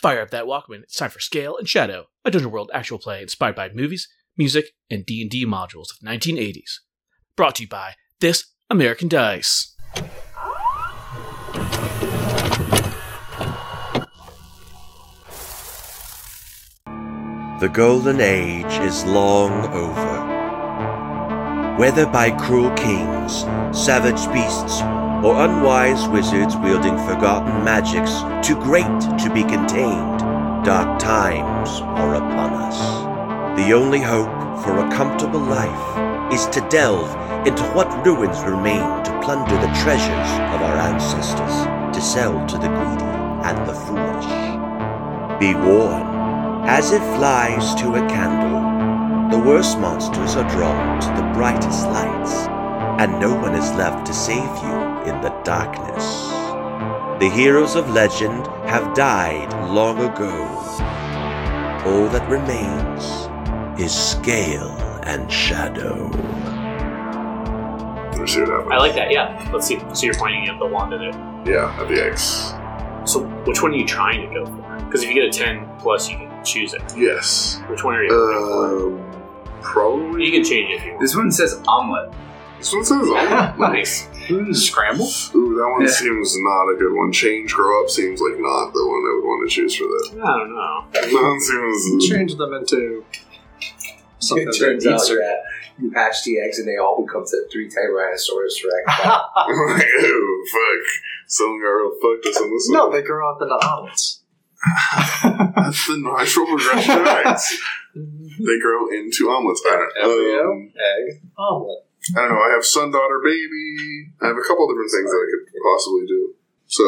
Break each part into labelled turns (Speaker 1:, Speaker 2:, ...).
Speaker 1: Fire up that Walkman. It's time for Scale and Shadow, a Dungeon World actual play inspired by movies, music, and D&D modules of 1980s. Brought to you by This American Dice.
Speaker 2: The golden age is long over. Whether by cruel kings, savage beasts, or unwise wizards wielding forgotten magics too great to be contained, dark times are upon us. The only hope for a comfortable life is to delve into what ruins remain to plunder the treasures of our ancestors, to sell to the greedy and the foolish. Be warned. As it flies to a candle, the worst monsters are drawn to the brightest lights, and no one is left to save you in the darkness. The heroes of legend have died long ago. All that remains is scale and shadow.
Speaker 3: Let me see what happens.
Speaker 4: I like that. Yeah. Let's see. So you're pointing at the wand in it.
Speaker 3: Yeah, at the X.
Speaker 4: So which one are you trying to go for? Because if you get a ten plus, you can choose it.
Speaker 3: Yes.
Speaker 4: Which one are you? going
Speaker 3: Um,
Speaker 4: for?
Speaker 3: probably.
Speaker 4: You can change it if you want.
Speaker 5: This one says omelet.
Speaker 3: This one says omelet.
Speaker 4: Nice.
Speaker 3: Ooh,
Speaker 5: Scramble?
Speaker 3: that one
Speaker 5: Yeah.
Speaker 3: seems not a good one. Change, grow up seems like not the one I would want to choose for that.
Speaker 4: I don't know.
Speaker 3: That one seems.
Speaker 5: Mm-hmm.
Speaker 6: Change them into something
Speaker 7: It
Speaker 6: that
Speaker 7: turns out
Speaker 6: eats her.
Speaker 7: that you hatch the eggs and they all become the three Tyrannosaurus Rex.
Speaker 3: like, oh, fuck. Some got real fucked us on this
Speaker 6: No,
Speaker 3: one.
Speaker 6: they grow up into omelets.
Speaker 3: That's the natural progression of eggs. They grow into omelets. I don't,
Speaker 5: Embryo,
Speaker 3: um,
Speaker 5: egg.
Speaker 6: Omelet.
Speaker 3: I don't know. I have son, daughter, baby. I have a couple different things that I could possibly do. So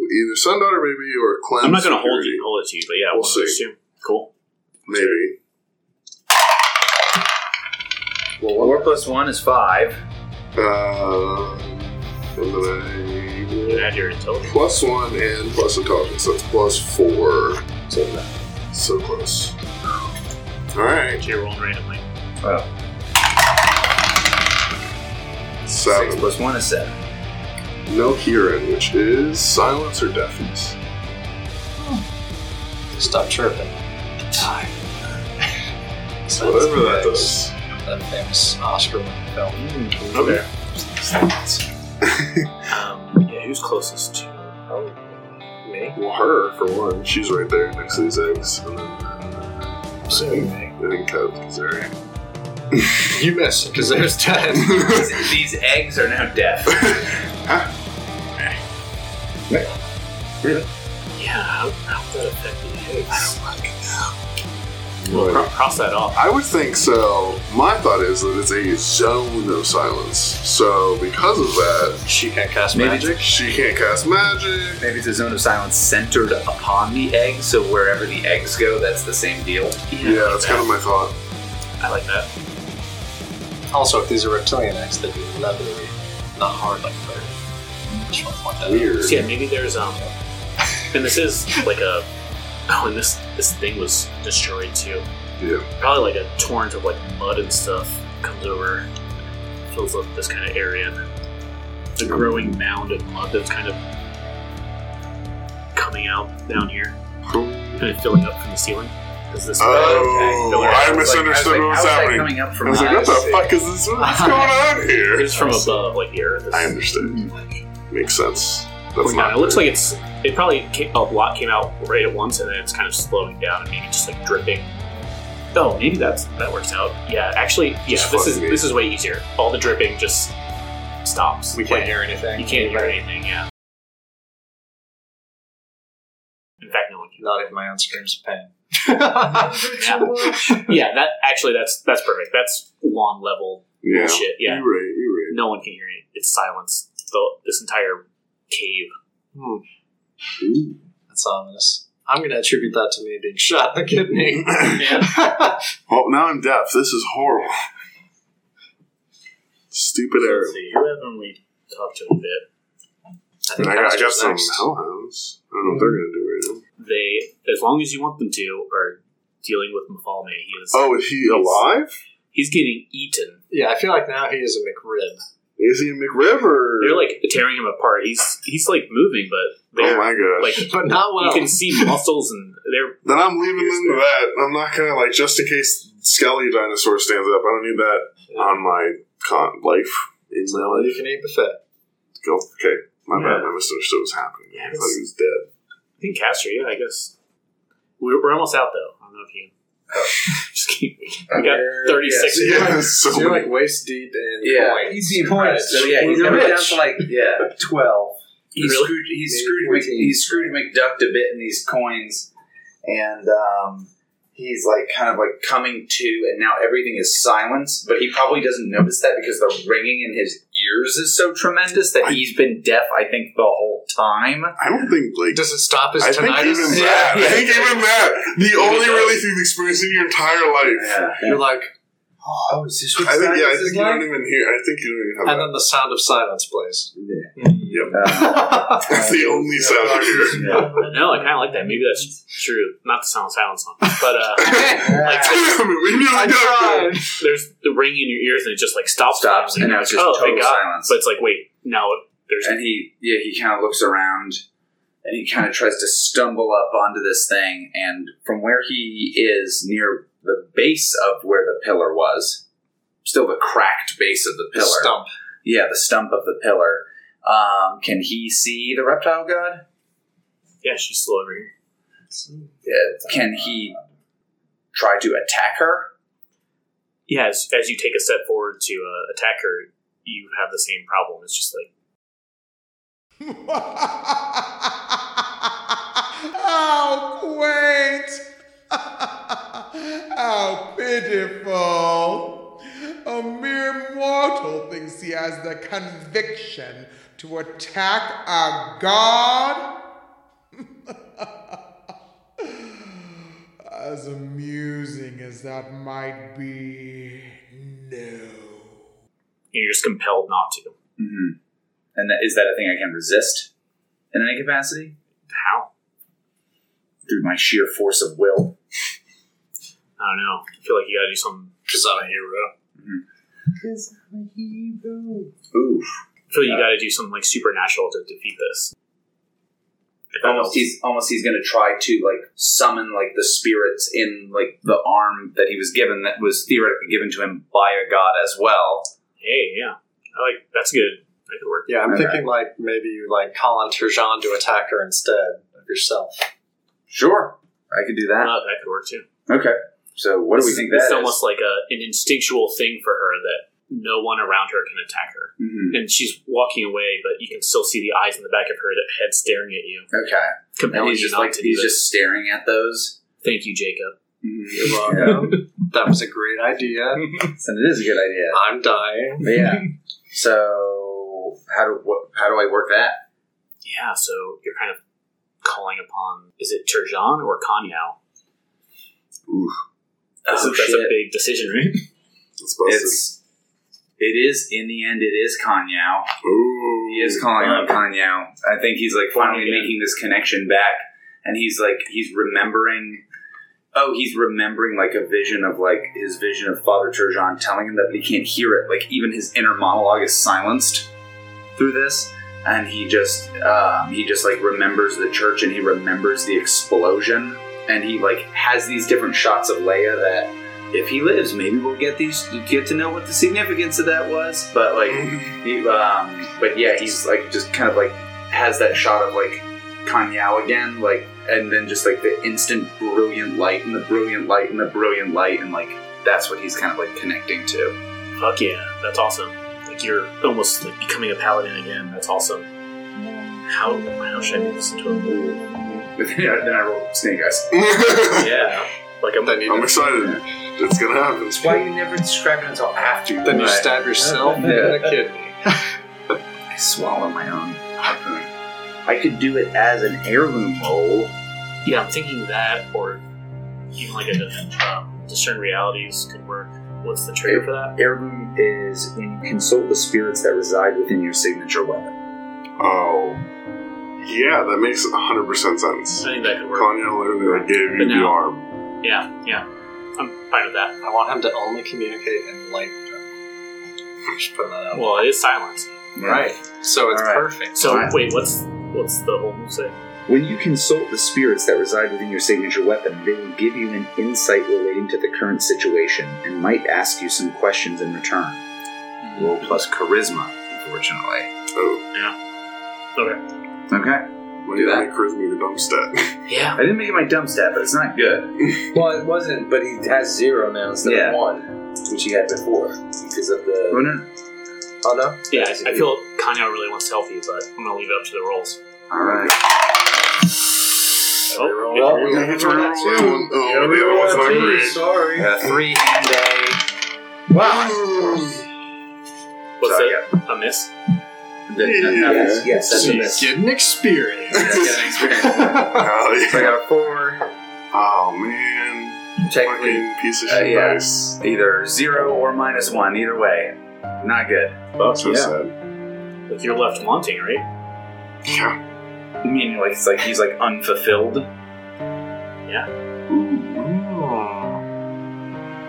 Speaker 3: either son, daughter, baby, or cleanse.
Speaker 4: I'm not going to hold
Speaker 3: security.
Speaker 4: you and hold it to you, but yeah,
Speaker 3: We'll
Speaker 4: one of those
Speaker 3: see.
Speaker 4: two. Cool.
Speaker 3: Maybe.
Speaker 5: Well, four plus one is five.
Speaker 3: Uh, and then
Speaker 4: You can add your intelligence.
Speaker 3: I plus one and plus intelligence. That's plus four. So, so close. All right,
Speaker 4: So you're rolling randomly.
Speaker 5: Well, six
Speaker 3: seven.
Speaker 5: plus one is seven.
Speaker 3: No hearing, which is silence or deafness.
Speaker 6: Stop chirping. Time.
Speaker 3: Whatever that does.
Speaker 6: That famous Oscar winning film.
Speaker 7: Mm,
Speaker 4: Okay. um, yeah, who's closest to? Oh, me.
Speaker 3: Well, her for one. She's right there next to these eggs, and then uh,
Speaker 6: So,
Speaker 3: I think Kyle's there.
Speaker 6: you miss because there's ten.
Speaker 5: These- These eggs are now deaf.
Speaker 4: Yeah. How, how would that affect the eggs? I don't We'll cro- cross that off.
Speaker 3: I would think so. My thought is that it's a zone of silence. So because of that,
Speaker 6: she can't cast
Speaker 5: Maybe-
Speaker 6: magic.
Speaker 3: she can't cast magic.
Speaker 5: Maybe it's a zone of silence centered upon the egg, so wherever the eggs go, that's the same deal.
Speaker 3: Yeah, that's kind of my thought.
Speaker 4: I like that.
Speaker 6: Also, if these are reptilian eggs, they'd be leathery, not hard like bird. Just want to point that out.
Speaker 3: Weird.
Speaker 4: So yeah, maybe there's um, and this is like a. Oh, and this this thing was destroyed too.
Speaker 3: Yeah.
Speaker 4: Probably like a torrent of like mud and stuff comes over, fills up this kind of area. and then The growing mound of mud that's kind of coming out down here, kind of filling up from the ceiling. Is this?
Speaker 3: Oh,
Speaker 5: Okay.
Speaker 3: I
Speaker 5: was like-
Speaker 3: misunderstood what
Speaker 5: I
Speaker 3: was
Speaker 5: like,
Speaker 3: happening.
Speaker 5: How is that coming up
Speaker 3: I
Speaker 5: from
Speaker 3: was like, what
Speaker 5: us?
Speaker 3: the fuck is this? What's going on here?
Speaker 4: It's from above, like the earth.
Speaker 3: I
Speaker 4: It's,
Speaker 3: understand. Makes sense. That's
Speaker 4: going down.
Speaker 3: not.
Speaker 4: Oh, It looks like it's. It probably came, a lot came out right at once, and then it's kind of slowing down and maybe just like dripping. Oh, maybe that's that works out. Yeah, actually, yeah.
Speaker 3: Just
Speaker 4: this is
Speaker 3: fucking me.
Speaker 4: this is way easier. All the dripping just stops.
Speaker 5: We can't hear anything.
Speaker 4: You can't hear anything. Yeah. In fact, no one can.
Speaker 6: Not even my own screams of pain.
Speaker 4: Yeah. yeah. That actually, that's that's perfect. That's one level
Speaker 3: yeah.
Speaker 4: bullshit. Yeah.
Speaker 3: You're right. You're right.
Speaker 4: No one can hear it. It's silence. The, this entire cave.
Speaker 3: Hmm. Ooh.
Speaker 6: That's ominous. I'm going to attribute that to me being shot in the kidney.
Speaker 3: Well, Oh, now I'm deaf. This is horrible. Stupid
Speaker 4: Let's
Speaker 3: arrow.
Speaker 4: see. Who haven't we talked to a bit?
Speaker 6: I
Speaker 3: And
Speaker 6: think
Speaker 3: I got, I got
Speaker 6: Alistair's
Speaker 3: some
Speaker 6: next.
Speaker 3: hellhounds. I don't know what they're gonna do right now.
Speaker 4: they, as long as you want them to, are dealing with Mafalme. He is.
Speaker 3: Oh, is he alive?
Speaker 4: He's getting eaten.
Speaker 6: Yeah, I feel like now he is a McRib.
Speaker 3: Is he a McRib or
Speaker 4: They're like tearing him apart. He's he's like moving, but
Speaker 3: Oh
Speaker 4: They're,
Speaker 3: my gosh.
Speaker 4: like
Speaker 6: But not well.
Speaker 4: you can see muscles and they're
Speaker 3: then I'm leaving them to that. I'm not gonna like just in case Skelly dinosaur stands up. I don't need that on my con life in my
Speaker 6: Well, you
Speaker 3: life.
Speaker 6: can eat buffet.
Speaker 3: Go okay. My bad.
Speaker 4: Yeah.
Speaker 3: I misunderstood what was happening. I thought
Speaker 4: it's-
Speaker 3: he was dead.
Speaker 4: I think Castro, yeah, I guess. We're, we're almost out though. I don't know if you just keep we got
Speaker 6: You're-
Speaker 4: thirty six
Speaker 6: Yeah, so you're,
Speaker 3: Yeah,
Speaker 6: like,
Speaker 3: so
Speaker 6: so you're like waist deep in
Speaker 5: Yeah,
Speaker 6: coins.
Speaker 5: easy points. So yeah, he's
Speaker 6: You're
Speaker 5: coming down
Speaker 6: rich.
Speaker 5: to like yeah twelve. He's
Speaker 4: Really?
Speaker 5: screwed. He's
Speaker 6: Maybe
Speaker 5: screwed. Mc,
Speaker 6: 14.
Speaker 5: he's screwed McDuck a bit in these coins, and um, he's like kind of like coming to, and now everything is silence. But he probably doesn't notice that because the ringing in his ears is so tremendous that he's been deaf. I think the whole time.
Speaker 3: I don't think like
Speaker 6: Does it stop his
Speaker 3: I think
Speaker 6: tinnitus?
Speaker 3: even that. I think even that. The only relief you've experienced in your entire life.
Speaker 6: You're like,
Speaker 5: Oh, is this what
Speaker 3: I think yeah. I
Speaker 5: silence is
Speaker 3: think you
Speaker 5: like?
Speaker 3: don't even hear. I think you don't even
Speaker 6: and
Speaker 3: have that.
Speaker 6: then the sound of silence Mm. plays.
Speaker 5: Uh,
Speaker 3: That's the only sound I hear.
Speaker 5: yeah.
Speaker 4: No, I kinda like that. Maybe that's true. Not to sound silence on but uh
Speaker 5: Yeah.
Speaker 3: Damn it, we knew
Speaker 6: I
Speaker 3: that.
Speaker 6: tried.
Speaker 4: there's the ringing in your ears and it just like stops.
Speaker 5: Stops, and now it's just
Speaker 4: oh,
Speaker 5: total
Speaker 4: thank God.
Speaker 5: silence.
Speaker 4: But it's like, wait, no, there's
Speaker 5: and he yeah he kind of looks around and he kind of tries to stumble up onto this thing and from where he is near the base of where the pillar was still the cracked base of the
Speaker 6: The
Speaker 5: pillar
Speaker 6: stump.
Speaker 5: yeah the stump of the pillar um, can he see the reptile god
Speaker 4: yeah, she's still over here.
Speaker 5: Uh, can he try to attack her
Speaker 4: Yeah, as, as you take a step forward to uh, attack her, you have the same problem. It's just like
Speaker 8: How quaint! How pitiful! A mere mortal thinks he has the conviction to attack a god? as amusing as that might be, no.
Speaker 4: you're just compelled not to.
Speaker 5: mm-hmm. and that, is that a thing i can resist in any capacity
Speaker 4: How?
Speaker 5: through my sheer force of will
Speaker 4: I don't know. I feel like you gotta do something.
Speaker 6: Because I'm a hero.
Speaker 5: Oof.
Speaker 4: I feel like you gotta do something like supernatural to defeat this. If that
Speaker 5: almost
Speaker 4: helps.
Speaker 5: he's almost he's gonna try to like summon like the spirits in like the arm that he was given that was theoretically given to him by a god as well.
Speaker 4: Hey, yeah, I like that's good. That could work.
Speaker 6: Yeah, I'm
Speaker 5: Okay.
Speaker 6: thinking like maybe you like call on Turjan to attack her instead of yourself.
Speaker 5: Sure, I could do that.
Speaker 4: Uh, that could work too.
Speaker 5: Okay. So what do we think that
Speaker 4: It's
Speaker 5: is?
Speaker 4: almost like a, an instinctual thing for her that no one around her can attack her.
Speaker 5: Mhm.
Speaker 4: and she's walking away, but you can still see the eyes in the back of her that head staring at you,
Speaker 5: Okay. And
Speaker 4: compelling
Speaker 5: he's
Speaker 4: you
Speaker 5: just
Speaker 4: not
Speaker 5: like
Speaker 4: to do
Speaker 5: he's
Speaker 4: this.
Speaker 5: just staring at those.
Speaker 4: Thank you, Jacob.
Speaker 5: You're
Speaker 6: That was a great idea.
Speaker 5: so it is a good idea.
Speaker 6: I'm dying.
Speaker 5: But yeah. So how do what, how do I work that?
Speaker 4: Yeah, so you're kind of calling upon is it Turjan or Kanyao? That's,
Speaker 5: Oh,
Speaker 4: that's
Speaker 5: shit.
Speaker 4: a big decision, right?
Speaker 3: It's busted.
Speaker 5: It's it is in the end. It is Kanyao.
Speaker 3: Ooh.
Speaker 5: He is calling on Kanye. I think he's like finally
Speaker 4: Kanye.
Speaker 5: making this connection back, and he's like he's remembering. Oh, he's remembering like a vision of like his vision of Father Turgeon telling him that he can't hear it. Like even his inner monologue is silenced through this, and he just um, he just like remembers the church and he remembers the explosion, and he like has these different shots of Leia that. If he lives, maybe we'll get these get to know what the significance of that was. But like, he, um, but yeah, he's like just kind of like has that shot of like Kanyao again, like, and then just like the instant brilliant light and the brilliant light and the brilliant light, and like that's what he's kind of like connecting to.
Speaker 4: Fuck yeah, that's awesome. Like you're almost like becoming a paladin again. That's awesome. How how should I make this into a move?
Speaker 5: But then I, then I roll snake eyes.
Speaker 4: Yeah, like I'm.
Speaker 6: Then you,
Speaker 3: I'm excited. It's gonna happen.
Speaker 5: That's why you never describe it until after.
Speaker 6: then you
Speaker 5: die.
Speaker 6: stab yourself in the kidney.
Speaker 5: I swallow my own harpoon. I could do it as an heirloom roll.
Speaker 4: Yeah, I'm thinking that or even like a um, discern realities could work. What's the trigger for that?
Speaker 5: Heirloom is when you consult the spirits that reside within your signature weapon.
Speaker 3: Oh. Yeah, that makes 100%
Speaker 4: I
Speaker 3: sense.
Speaker 4: think that could work.
Speaker 3: Kanye literally like, gave you
Speaker 4: But
Speaker 3: the
Speaker 4: now-
Speaker 3: arm.
Speaker 4: Yeah, yeah. I'm fine with that.
Speaker 6: I want him to only communicate in light. Just putting that out.
Speaker 4: Well, it is silence.
Speaker 6: Right. So it's
Speaker 5: All right.
Speaker 6: perfect.
Speaker 4: So
Speaker 5: Alright.
Speaker 4: wait, what's well, What's the whole moveset?
Speaker 5: When you consult the spirits that reside within your signature weapon, they will give you an insight relating to the current situation and might ask you some questions in return. Roll plus charisma, unfortunately.
Speaker 3: Oh,
Speaker 4: Okay.
Speaker 5: Okay.
Speaker 3: when
Speaker 5: Do
Speaker 3: you
Speaker 5: that.
Speaker 3: make charisma your dumb stat.
Speaker 4: Yeah.
Speaker 5: I didn't make it my dumb stat, but it's not good.
Speaker 9: Well, it wasn't, but he has zero now instead
Speaker 5: Yeah.
Speaker 9: of one, which he had before because of
Speaker 5: Oh,
Speaker 9: the.
Speaker 5: no.
Speaker 9: Oh no!
Speaker 4: Yeah, I, I feel Kanye really wants to help you, but I'm gonna leave it up to the rolls.
Speaker 5: All right.
Speaker 4: Oh,
Speaker 9: roll?
Speaker 3: We're gonna have to reroll that one. Oh, the other one's not
Speaker 9: Gee,
Speaker 3: great.
Speaker 9: Sorry.
Speaker 5: A three and a. Wow.
Speaker 4: what's
Speaker 5: Sorry,
Speaker 4: that? A miss?
Speaker 5: Yes, yes, that's a miss.
Speaker 10: Getting experience.
Speaker 5: That's an experience.
Speaker 3: Oh,
Speaker 5: So I
Speaker 3: yeah.
Speaker 5: got a four.
Speaker 3: Oh, man.
Speaker 5: Technically,
Speaker 3: Fucking piece of
Speaker 5: uh,
Speaker 3: shit
Speaker 5: yeah.
Speaker 3: dice.
Speaker 5: either zero or minus one. Either way, not good.
Speaker 3: So
Speaker 5: yeah.
Speaker 3: sad.
Speaker 4: Like you're left wanting, right?
Speaker 3: Yeah.
Speaker 5: You mean like it's like he's like unfulfilled?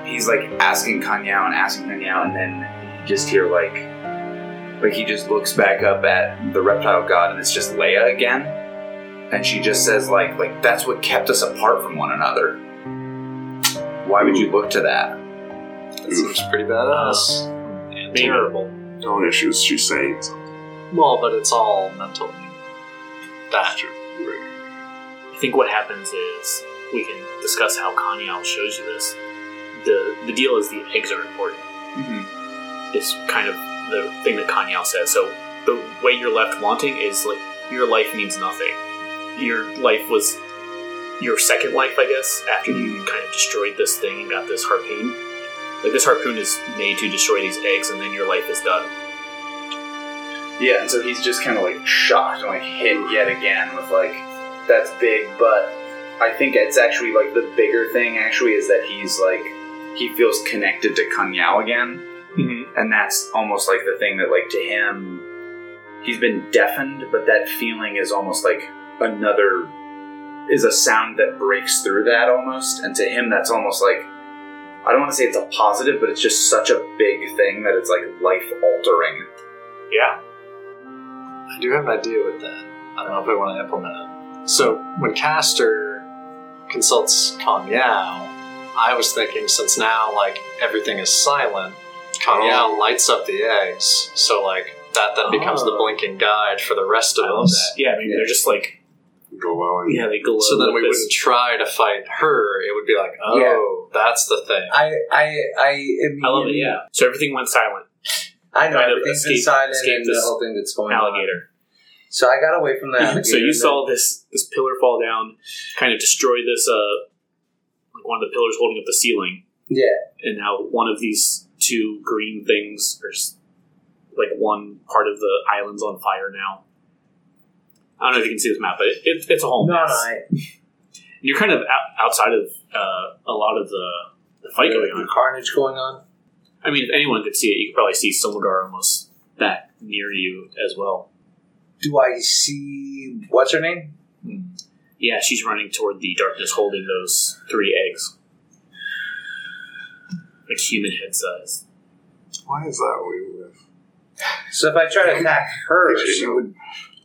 Speaker 5: He's like asking Kanyao and asking Kanyao, and then you just hear like like he just looks back up at the reptile god, and it's just Leia again, and she just says like like that's what kept us apart from one another. Why would you look to that?
Speaker 6: That seems pretty badass.
Speaker 4: Terrible.
Speaker 3: Oh, yeah, she was, she's saying something.
Speaker 6: Well, but it's all mental.
Speaker 3: That's true. You're right.
Speaker 4: I think what happens is we can discuss how Kanye shows you this. The the deal is the eggs are important. It's kind of the thing that Kanye says. So the way you're left wanting is like your life means nothing. Your life was your second life, I guess, after you kind of destroyed this thing and got this harpoon. Like this harpoon is made to destroy these eggs, and then your life is done.
Speaker 5: Yeah, and so he's just kind of like shocked and like hit yet again with like, that's big, but I think it's actually like the bigger thing actually is that he's like, he feels connected to Kun Yao again. Mm-hmm. And that's almost like the thing that like to him, he's been deafened, but that feeling is almost like another, is a sound that breaks through that almost. And to him, that's almost like, I don't want to say it's a positive, but it's just such a big thing that it's like life altering.
Speaker 4: Yeah.
Speaker 6: I do have an idea with that. I don't know if I want to implement it. So when Caster consults Kong Yao, I was thinking since now like everything is silent, Kong Yao lights up the eggs, so like that then becomes the
Speaker 4: Oh.
Speaker 6: blinking guide for the rest of
Speaker 4: I love that.
Speaker 6: us.
Speaker 4: Yeah, maybe they're just like
Speaker 3: Glowing.
Speaker 4: yeah, they glow.
Speaker 6: So then
Speaker 4: with
Speaker 6: we
Speaker 4: this-
Speaker 6: wouldn't try to fight her. It would be like, oh, that's the thing.
Speaker 9: I I I
Speaker 4: I love it.
Speaker 9: immediately.
Speaker 4: Yeah. So everything went silent.
Speaker 9: I know
Speaker 4: Kind of
Speaker 9: everything's been
Speaker 4: escape-
Speaker 9: silent
Speaker 4: escape
Speaker 9: and the
Speaker 4: this
Speaker 9: whole thing that's going on.
Speaker 4: Alligator.
Speaker 9: So I got away from the alligator.
Speaker 4: so you
Speaker 9: and
Speaker 4: saw this this pillar fall down, kind of destroy this uh like one of the pillars holding up the ceiling,
Speaker 9: then- Yeah.
Speaker 4: and now one of these two green things or s- like one part of the island's on fire now. I don't know if you can see this map, but it, it, it's a whole
Speaker 9: No, no.
Speaker 4: mess.
Speaker 9: I,
Speaker 4: You're kind of out, outside of uh, a lot of the, the fight going on.
Speaker 9: the carnage going on.
Speaker 4: I mean, if anyone could see it, you could probably see Silmagar almost that near you as well.
Speaker 9: Do I see what's her name?
Speaker 4: Yeah, she's running toward the darkness holding those three eggs. Like human head size.
Speaker 3: Why is that way?
Speaker 9: So if I try to attack her,
Speaker 3: Picture
Speaker 9: she
Speaker 3: show.
Speaker 9: would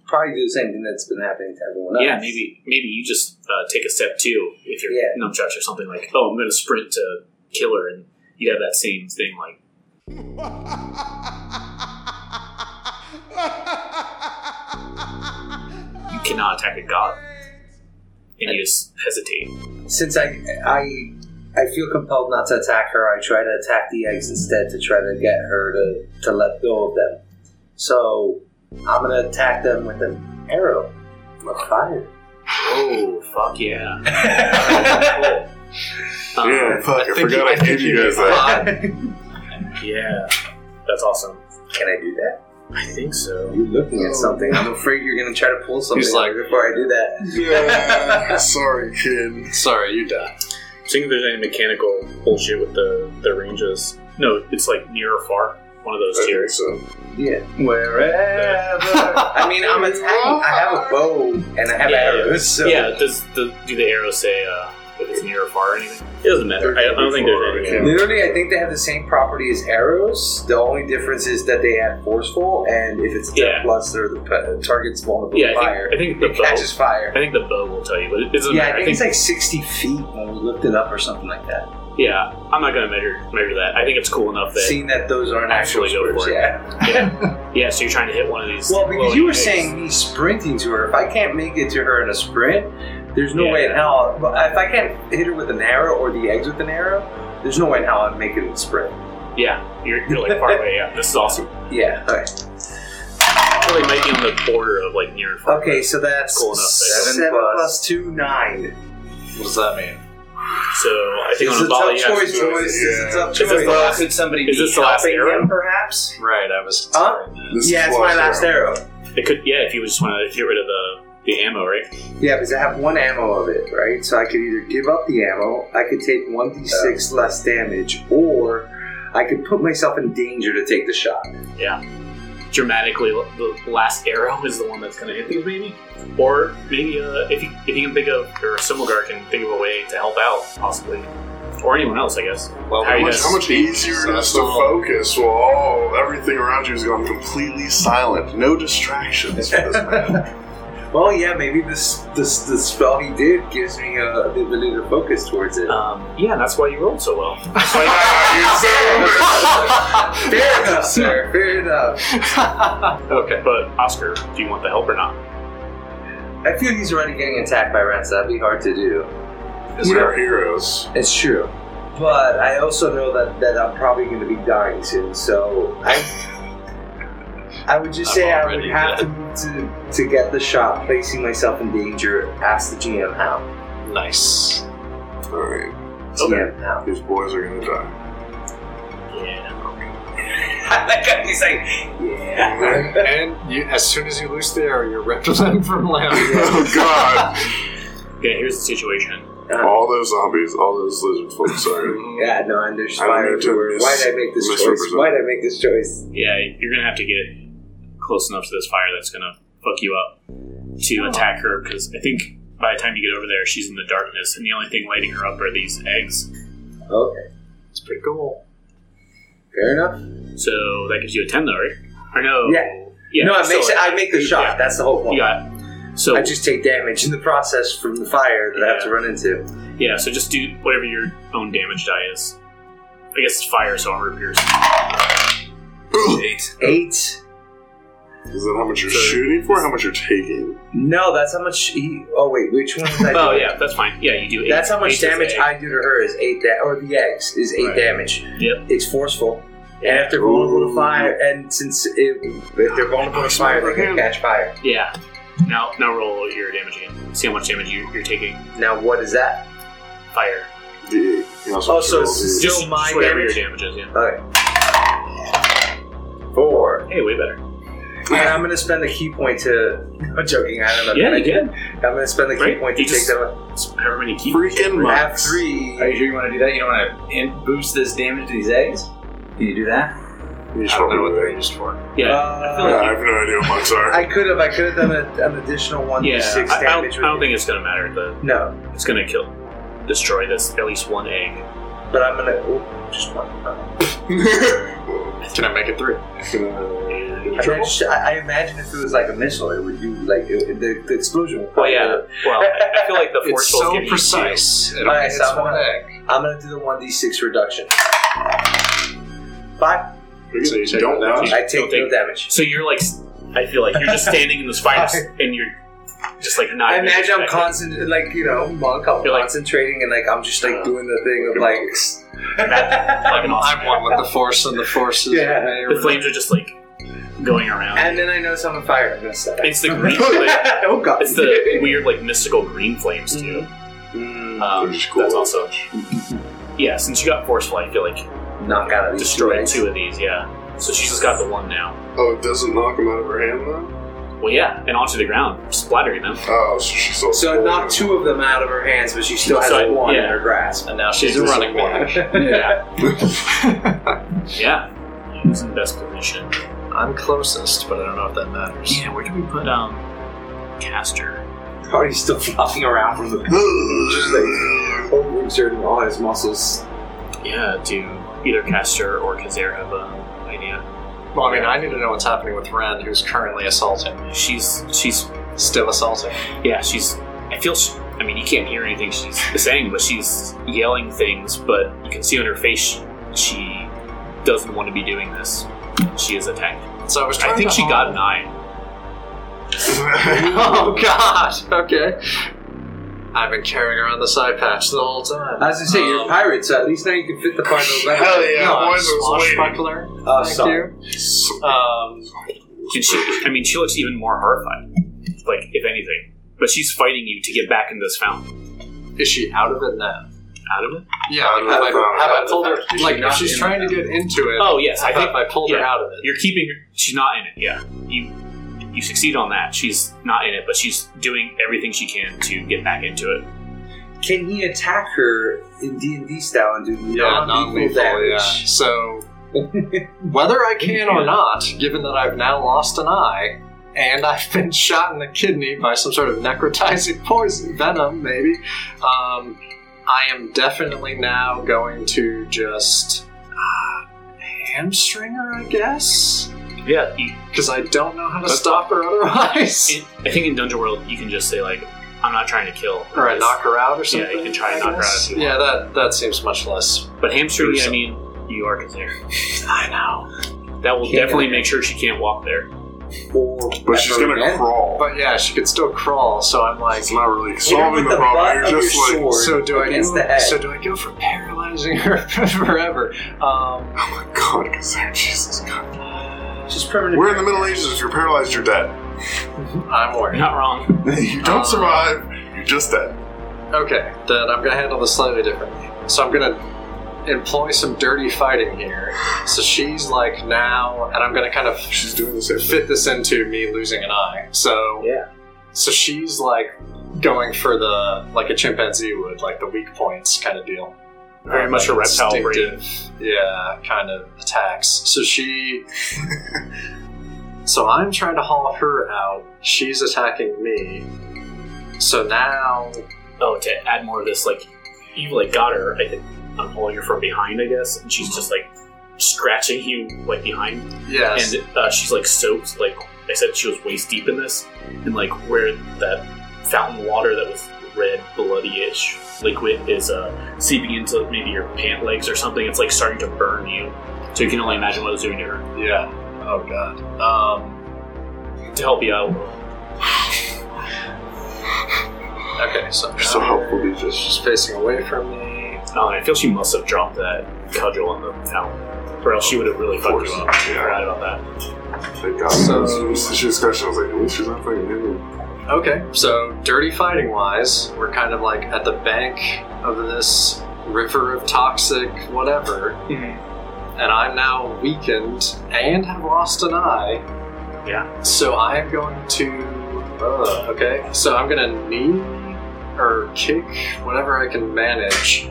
Speaker 9: probably do the same thing that's been happening to everyone else.
Speaker 4: Yeah, maybe maybe you just uh, take a step two if you're
Speaker 9: Yeah.
Speaker 4: nunchucks or something like, oh, I'm going to sprint to kill her, and you have that same thing like,
Speaker 8: You
Speaker 4: you cannot attack a god, and you just hesitate.
Speaker 9: Since I I I feel compelled not to attack her, I try to attack the eggs instead to try to get her to, to let go of them. So I'm gonna attack them with an arrow of fire.
Speaker 4: Oh, fuck yeah. Cool. Um,
Speaker 3: Yeah, fuck, I,
Speaker 6: think
Speaker 3: forgot I gave you guys that.
Speaker 4: yeah, that's awesome.
Speaker 9: Can I do that?
Speaker 4: I think so.
Speaker 9: You're looking at something. I'm afraid you're gonna try to pull something
Speaker 6: He's like-
Speaker 9: before I do that.
Speaker 3: Yeah, sorry, kid.
Speaker 6: Sorry, you die.
Speaker 4: Seeing if there's any mechanical bullshit with the, the ranges. No, it's like near or far. One of those two.
Speaker 3: Okay, so
Speaker 9: Yeah. Wherever. I mean, I'm attacking. I have a bow and I have
Speaker 4: Yeah, yeah.
Speaker 9: arrows. So
Speaker 4: Yeah, does the, do the arrows say uh, if it's near or far or anything. It doesn't matter. I, I don't think there's anything.
Speaker 5: Literally, I think they have the same property as arrows. The only difference is that they add forceful, and if it's
Speaker 4: Yeah.
Speaker 5: death plus, they're the pe- target's vulnerable
Speaker 4: Yeah,
Speaker 5: to
Speaker 4: I
Speaker 5: fire.
Speaker 4: think, I think the
Speaker 5: it
Speaker 4: bow.
Speaker 5: catches fire.
Speaker 4: I think the bow will tell you, but it doesn't
Speaker 5: yeah, I
Speaker 4: matter.
Speaker 5: think, it's like 60 feet when we looked it up or something like that.
Speaker 4: yeah, I'm not gonna measure measure that. I think it's cool enough that
Speaker 5: Seeing that those aren't actual
Speaker 4: Actually go
Speaker 5: squares,
Speaker 4: for it.
Speaker 5: yeah.
Speaker 4: yeah. yeah. So you're trying to hit one of these.
Speaker 5: Well, because
Speaker 4: glowing
Speaker 5: you were
Speaker 4: things.
Speaker 5: saying me sprinting to her. If I can't make it to her in a sprint, there's no
Speaker 4: Yeah.
Speaker 5: way in hell. but If I can't hit her with an arrow or the eggs with an arrow, there's no way in hell I'd make it in a sprint.
Speaker 4: yeah, you're, you're like far away. Yeah, this is awesome.
Speaker 5: Yeah. All right.
Speaker 4: So they might be on the border of like near and far.
Speaker 5: Okay, so that's
Speaker 4: Cool enough.
Speaker 5: seven,
Speaker 7: Seven plus-
Speaker 5: plus two, nine.
Speaker 6: What does that mean?
Speaker 4: So I think
Speaker 5: It's
Speaker 4: on
Speaker 5: a
Speaker 4: a volley,
Speaker 5: tough
Speaker 4: you have to
Speaker 5: choice,
Speaker 3: do it,
Speaker 5: Joyce. It's a tough
Speaker 4: Is this the
Speaker 5: choice.
Speaker 4: last-
Speaker 7: Well, could somebody
Speaker 4: Is
Speaker 7: be
Speaker 4: this the last
Speaker 7: helping
Speaker 4: arrow?
Speaker 7: him, perhaps?
Speaker 6: Right, I was.
Speaker 5: Huh?
Speaker 3: This
Speaker 5: Yeah,
Speaker 3: is
Speaker 5: it's my last arrow.
Speaker 4: It could, yeah, if you just want to get rid of the, the ammo, right?
Speaker 5: Yeah, because I have one ammo of it, right? So I could either give up the ammo, I could take 1d6 less damage, or I could put myself in danger to take the shot.
Speaker 4: Dramatically, the last arrow is the one that's going to hit things, maybe. Or maybe uh, if you if you can think of or Simulgar can think of a way to help out, possibly, or anyone else, I guess.
Speaker 6: Well,
Speaker 4: How
Speaker 3: How
Speaker 4: you
Speaker 3: much,
Speaker 4: guys
Speaker 3: how much
Speaker 4: speak,
Speaker 3: easier
Speaker 6: so
Speaker 3: it is
Speaker 6: it's
Speaker 3: to
Speaker 6: all-
Speaker 3: focus while all, everything around you has gone completely silent. No distractions for this man.
Speaker 5: Well, yeah, maybe this this the spell he did gives me uh, the ability to focus towards it.
Speaker 4: Um, yeah, that's why you rolled so well. That's why you-
Speaker 5: fair enough, sir. Fair enough.
Speaker 4: okay, but Oscar, do you want the help or not?
Speaker 5: I feel he's already getting attacked by rats. That'd be hard to do.
Speaker 3: Because
Speaker 5: Yeah.
Speaker 3: we're heroes.
Speaker 5: It's true. But I also know that, that I'm probably going to be dying soon, so I, I would just
Speaker 6: I'm
Speaker 5: say I would
Speaker 6: already
Speaker 5: have to move to, to get the shot, placing myself in danger. Ask the GM how.
Speaker 6: Nice.
Speaker 3: Alright,
Speaker 5: GM how.
Speaker 3: these boys are gonna die.
Speaker 4: Yeah.
Speaker 5: that guy, he's like,
Speaker 6: And,
Speaker 5: yeah.
Speaker 6: and you, as soon as you lose the arrow, you're ripped limb from limb.
Speaker 3: oh god!
Speaker 4: Okay, here's the situation.
Speaker 5: Uh,
Speaker 3: all those zombies, all those lizard folks are.
Speaker 5: yeah, no, and there's
Speaker 3: I don't
Speaker 5: fire
Speaker 3: need to
Speaker 5: everywhere.
Speaker 3: mis-
Speaker 5: Why did I make this choice?
Speaker 3: misrepresent.
Speaker 5: Why did I make this choice?
Speaker 4: Yeah, you're going to have to get close enough to this fire that's going to fuck you up to attack her, because I think by the time you get over there, she's in the darkness, and the only thing lighting her up are these eggs.
Speaker 5: Okay,
Speaker 6: It's pretty cool.
Speaker 5: fair enough.
Speaker 4: So that gives you a ten, though, right? Or no?
Speaker 5: Yeah.
Speaker 4: Yeah.
Speaker 5: no, I
Speaker 4: so
Speaker 5: make, I make the shot.
Speaker 4: Yeah.
Speaker 5: That's the whole point.
Speaker 4: You got. So
Speaker 5: I just take damage in the process from the fire that I have to
Speaker 4: Yeah.
Speaker 5: run into.
Speaker 4: yeah. So just do whatever your own damage die is. I guess it's fire, so armor pierce.
Speaker 7: Eight.
Speaker 5: Eight.
Speaker 3: Is that how much you're shooting for? How much you're taking?
Speaker 5: No, that's how much. He, oh wait, which one? Was I
Speaker 4: Oh
Speaker 5: doing?
Speaker 4: yeah, that's fine. Yeah, you do. Eight,
Speaker 5: that's how much
Speaker 4: eight is
Speaker 5: damage
Speaker 4: eight.
Speaker 5: I do to her is eight. Da- or the eggs is eight
Speaker 3: Right.
Speaker 5: damage.
Speaker 4: Yep.
Speaker 5: It's forceful, and if they're vulnerable to fire, and since it, if they're vulnerable to fire, they can catch fire.
Speaker 4: Yeah. Now now roll your damage again. See how much damage you, you're taking.
Speaker 5: Now what is that?
Speaker 4: Fire.
Speaker 3: The, you know, so
Speaker 5: Oh, so
Speaker 3: it's
Speaker 5: it's-
Speaker 3: just-
Speaker 5: Still my
Speaker 4: just whatever
Speaker 5: damage?
Speaker 4: your damage is. Yeah.
Speaker 5: Okay. Four.
Speaker 4: Hey, way better.
Speaker 5: And I'm gonna spend the key point to. I'm joking. I don't know.
Speaker 4: Yeah,
Speaker 5: I
Speaker 4: you can.
Speaker 5: I'm gonna spend the key
Speaker 4: Right,
Speaker 5: point to
Speaker 4: you
Speaker 5: take
Speaker 4: just-
Speaker 5: that.
Speaker 4: It's However many keep.
Speaker 3: freaking
Speaker 5: I have
Speaker 3: months.
Speaker 7: Are
Speaker 5: three.
Speaker 7: you sure you want to do that? You don't want to in- boost this damage to these eggs? Can you do that?
Speaker 3: You
Speaker 6: I
Speaker 3: should
Speaker 6: don't know
Speaker 3: probably
Speaker 6: what
Speaker 3: do
Speaker 6: they're
Speaker 3: it.
Speaker 6: used for.
Speaker 4: Yeah. I feel
Speaker 5: Uh,
Speaker 4: like
Speaker 3: Yeah, I have no idea what months are.
Speaker 5: I could have. I could have done a, an additional one
Speaker 4: yeah.
Speaker 5: d six
Speaker 4: I, I don't,
Speaker 5: damage.
Speaker 4: I don't
Speaker 5: with
Speaker 4: think it's gonna matter. The,
Speaker 5: it. No.
Speaker 4: it's gonna kill, destroy this at least one egg.
Speaker 5: But I'm gonna oh, just one. Uh,
Speaker 6: Can I make it three?
Speaker 3: Uh,
Speaker 4: And-
Speaker 5: I, mean, I just- I- I imagine if it was like a missile, it would do like it, the, the explosion. Would
Speaker 4: Well,
Speaker 5: probably
Speaker 4: Oh, yeah. Well, I I feel like the force
Speaker 6: It's
Speaker 4: will
Speaker 6: so
Speaker 4: give you
Speaker 6: precise. It
Speaker 5: All
Speaker 6: only
Speaker 5: right,
Speaker 6: hits
Speaker 5: so I'm
Speaker 6: one
Speaker 5: gonna-
Speaker 6: egg.
Speaker 5: I'm gonna do the one d six reduction. Five.
Speaker 6: So you take
Speaker 3: don't
Speaker 6: that
Speaker 3: know.
Speaker 6: down.
Speaker 5: I take
Speaker 4: Don't take-
Speaker 5: no damage.
Speaker 4: So you're like, I feel like you're just standing in this fire and you're just like not.
Speaker 5: I
Speaker 4: even
Speaker 5: imagine I'm
Speaker 4: expecting.
Speaker 5: concentrating, like you know, monk. I'm
Speaker 4: You're like- Uh,
Speaker 5: concentrating and like I'm just like doing the thing of like.
Speaker 4: Like an
Speaker 6: I'm one with the force and the forces.
Speaker 5: Yeah.
Speaker 4: The flames are just like going around.
Speaker 5: And then I notice I'm on fire. I'm gonna step.
Speaker 4: it's the green. Like,
Speaker 5: oh god.
Speaker 4: it's the weird like mystical green flames too. Um,
Speaker 3: Which is cool.
Speaker 4: That's also. Yeah, since you got force flight, I feel like
Speaker 5: knock out of these
Speaker 4: destroyed
Speaker 5: guys.
Speaker 4: two of these. Yeah. So she's just got the one now.
Speaker 3: Oh, it doesn't knock him out of her hand though.
Speaker 4: Well, yeah, and onto the ground, splattering them.
Speaker 3: Oh, so she's also.
Speaker 5: So I knocked two of them out of her hands, but she still has
Speaker 4: So I-
Speaker 5: one
Speaker 4: yeah.
Speaker 5: in her grasp.
Speaker 6: And now she's a running back.
Speaker 4: Yeah. yeah. Who's in best position?
Speaker 6: I'm closest, but I don't know if that matters.
Speaker 4: Yeah, where do we put um Caster?
Speaker 5: Are you still flopping around from the
Speaker 3: Just like-
Speaker 6: Hope exerting all his muscles.
Speaker 4: Yeah, do either Caster or Kazer have an idea?
Speaker 6: Well, I mean, I need to know what's happening with Ren, who's currently assaulting.
Speaker 4: She's she's
Speaker 6: Still assaulting.
Speaker 4: yeah she's. I feel. She, I mean, you can't hear anything she's saying, but she's yelling things. But you can see on her face she doesn't want to be doing this. She is attacked.
Speaker 6: So I was trying
Speaker 4: I think
Speaker 6: to
Speaker 4: she got
Speaker 6: harm-
Speaker 4: an eye.
Speaker 6: Oh god! Okay. I've been carrying around this eye patch the whole time.
Speaker 5: As I say, you're a
Speaker 6: Um,
Speaker 5: pirate, so at least now you can fit the part of the
Speaker 3: Hell
Speaker 5: weapon.
Speaker 3: yeah,
Speaker 6: no,
Speaker 3: boys, I was waiting.
Speaker 6: swashbuckler.
Speaker 5: Oh,
Speaker 6: Thank
Speaker 5: sorry.
Speaker 6: you. Um,
Speaker 4: And she. I mean, she looks even more horrified. Like if anything, but she's fighting you to get back in this fountain.
Speaker 6: is she out of it now?
Speaker 4: Out of it.
Speaker 6: Yeah,
Speaker 3: Out of
Speaker 6: have,
Speaker 3: the
Speaker 6: I,
Speaker 3: fountain.
Speaker 6: have
Speaker 7: Out
Speaker 6: I
Speaker 7: of
Speaker 6: pulled
Speaker 7: the
Speaker 6: her?
Speaker 7: fountain. Is she
Speaker 6: Like, if
Speaker 7: not
Speaker 6: she's
Speaker 7: in
Speaker 6: trying
Speaker 7: the
Speaker 6: to get into it.
Speaker 4: Oh yes, I
Speaker 6: I
Speaker 4: think
Speaker 6: think I pulled her
Speaker 4: yeah.
Speaker 6: out of it.
Speaker 4: You're keeping her. She's not in it. Yeah, you you succeed on that. She's not in it, but she's doing everything she can to get back into it.
Speaker 5: Can he attack her in D and D style and do
Speaker 6: Yeah,
Speaker 5: non-lethal damage?
Speaker 6: So, whether I can or not, given that I've now lost an eye and I've been shot in the kidney by some sort of necrotizing poison, venom maybe, um, I am definitely now going to just uh, hamstring her, I guess,
Speaker 4: Yeah, you,
Speaker 6: because I don't know how to stop her otherwise.
Speaker 4: in, I think in Dungeon World you can just say like, "I'm not trying to kill,"
Speaker 6: Or I knock her out or
Speaker 4: Yeah, you
Speaker 6: something.
Speaker 4: can try and
Speaker 6: I
Speaker 4: knock her out
Speaker 6: guess.
Speaker 4: if you
Speaker 6: Yeah, that that seems much less.
Speaker 4: But hamstring,
Speaker 6: Sure,
Speaker 4: I
Speaker 6: so-
Speaker 4: mean, you are considered.
Speaker 6: I know.
Speaker 4: That will
Speaker 5: Can't
Speaker 4: definitely
Speaker 5: hurt.
Speaker 4: make sure she can't walk there.
Speaker 5: Or
Speaker 3: But she's
Speaker 5: pepper
Speaker 3: gonna
Speaker 5: again?
Speaker 3: crawl.
Speaker 6: But yeah, she could still crawl, so I'm like,
Speaker 3: it's not really
Speaker 5: Hit her
Speaker 3: solving
Speaker 5: with
Speaker 3: the
Speaker 5: butt
Speaker 3: problem. You're
Speaker 5: of your
Speaker 3: just like,
Speaker 5: sword
Speaker 6: So do I
Speaker 5: against
Speaker 6: go,
Speaker 5: the head.
Speaker 6: So do I go for paralyzing her forever? Um,
Speaker 3: oh my god, Kazar, Jesus God.
Speaker 5: She's permanent.
Speaker 3: We're in the Middle Ages. If you're paralyzed, you're dead.
Speaker 6: I'm
Speaker 4: You're
Speaker 6: worried.
Speaker 4: not wrong.
Speaker 3: You don't
Speaker 6: Uh,
Speaker 3: survive. You're just dead.
Speaker 6: Okay, then I'm gonna handle this slightly differently. So I'm gonna employ some dirty fighting here. So she's like now, and I'm gonna kind of
Speaker 3: She's doing the same thing.
Speaker 6: fit this into me losing an eye. So
Speaker 5: Yeah.
Speaker 6: so she's like going for the like a chimpanzee would, like the weak points kind of deal.
Speaker 4: Very
Speaker 6: Um,
Speaker 4: much a
Speaker 6: like
Speaker 4: reptile breed.
Speaker 6: instinctive, Yeah, kind of attacks. So she. so I'm trying to haul her out. She's attacking me. So now.
Speaker 4: Oh, to add more of this, like you like got her. I think I'm pulling her from behind, I guess, and she's just like scratching you like behind.
Speaker 6: Yes.
Speaker 4: and uh, she's like soaked. Like I said, she was waist deep in this, and like where that fountain water that was red, bloody-ish liquid is uh, seeping into maybe your pant legs or something. It's like starting to burn you. So you can only imagine what it was doing to her.
Speaker 6: yeah. Oh, God. Um,
Speaker 4: To help you out,
Speaker 6: okay, so.
Speaker 3: You're so helpful, DJ.
Speaker 6: She's facing away from me.
Speaker 4: uh, I feel she must have dropped that cudgel in the fountain, or else she would have really fucked you up. I forgot about that.
Speaker 3: Thank God.
Speaker 6: So-
Speaker 3: So, she was scratching. I was like, at least she's not fucking hitting
Speaker 6: Okay, so dirty fighting wise, we're kind of like at the bank of this river of toxic whatever. And I'm now weakened and have lost an eye.
Speaker 4: Yeah.
Speaker 6: So I'm going to. Uh, okay, so I'm going to knee or kick whatever I can manage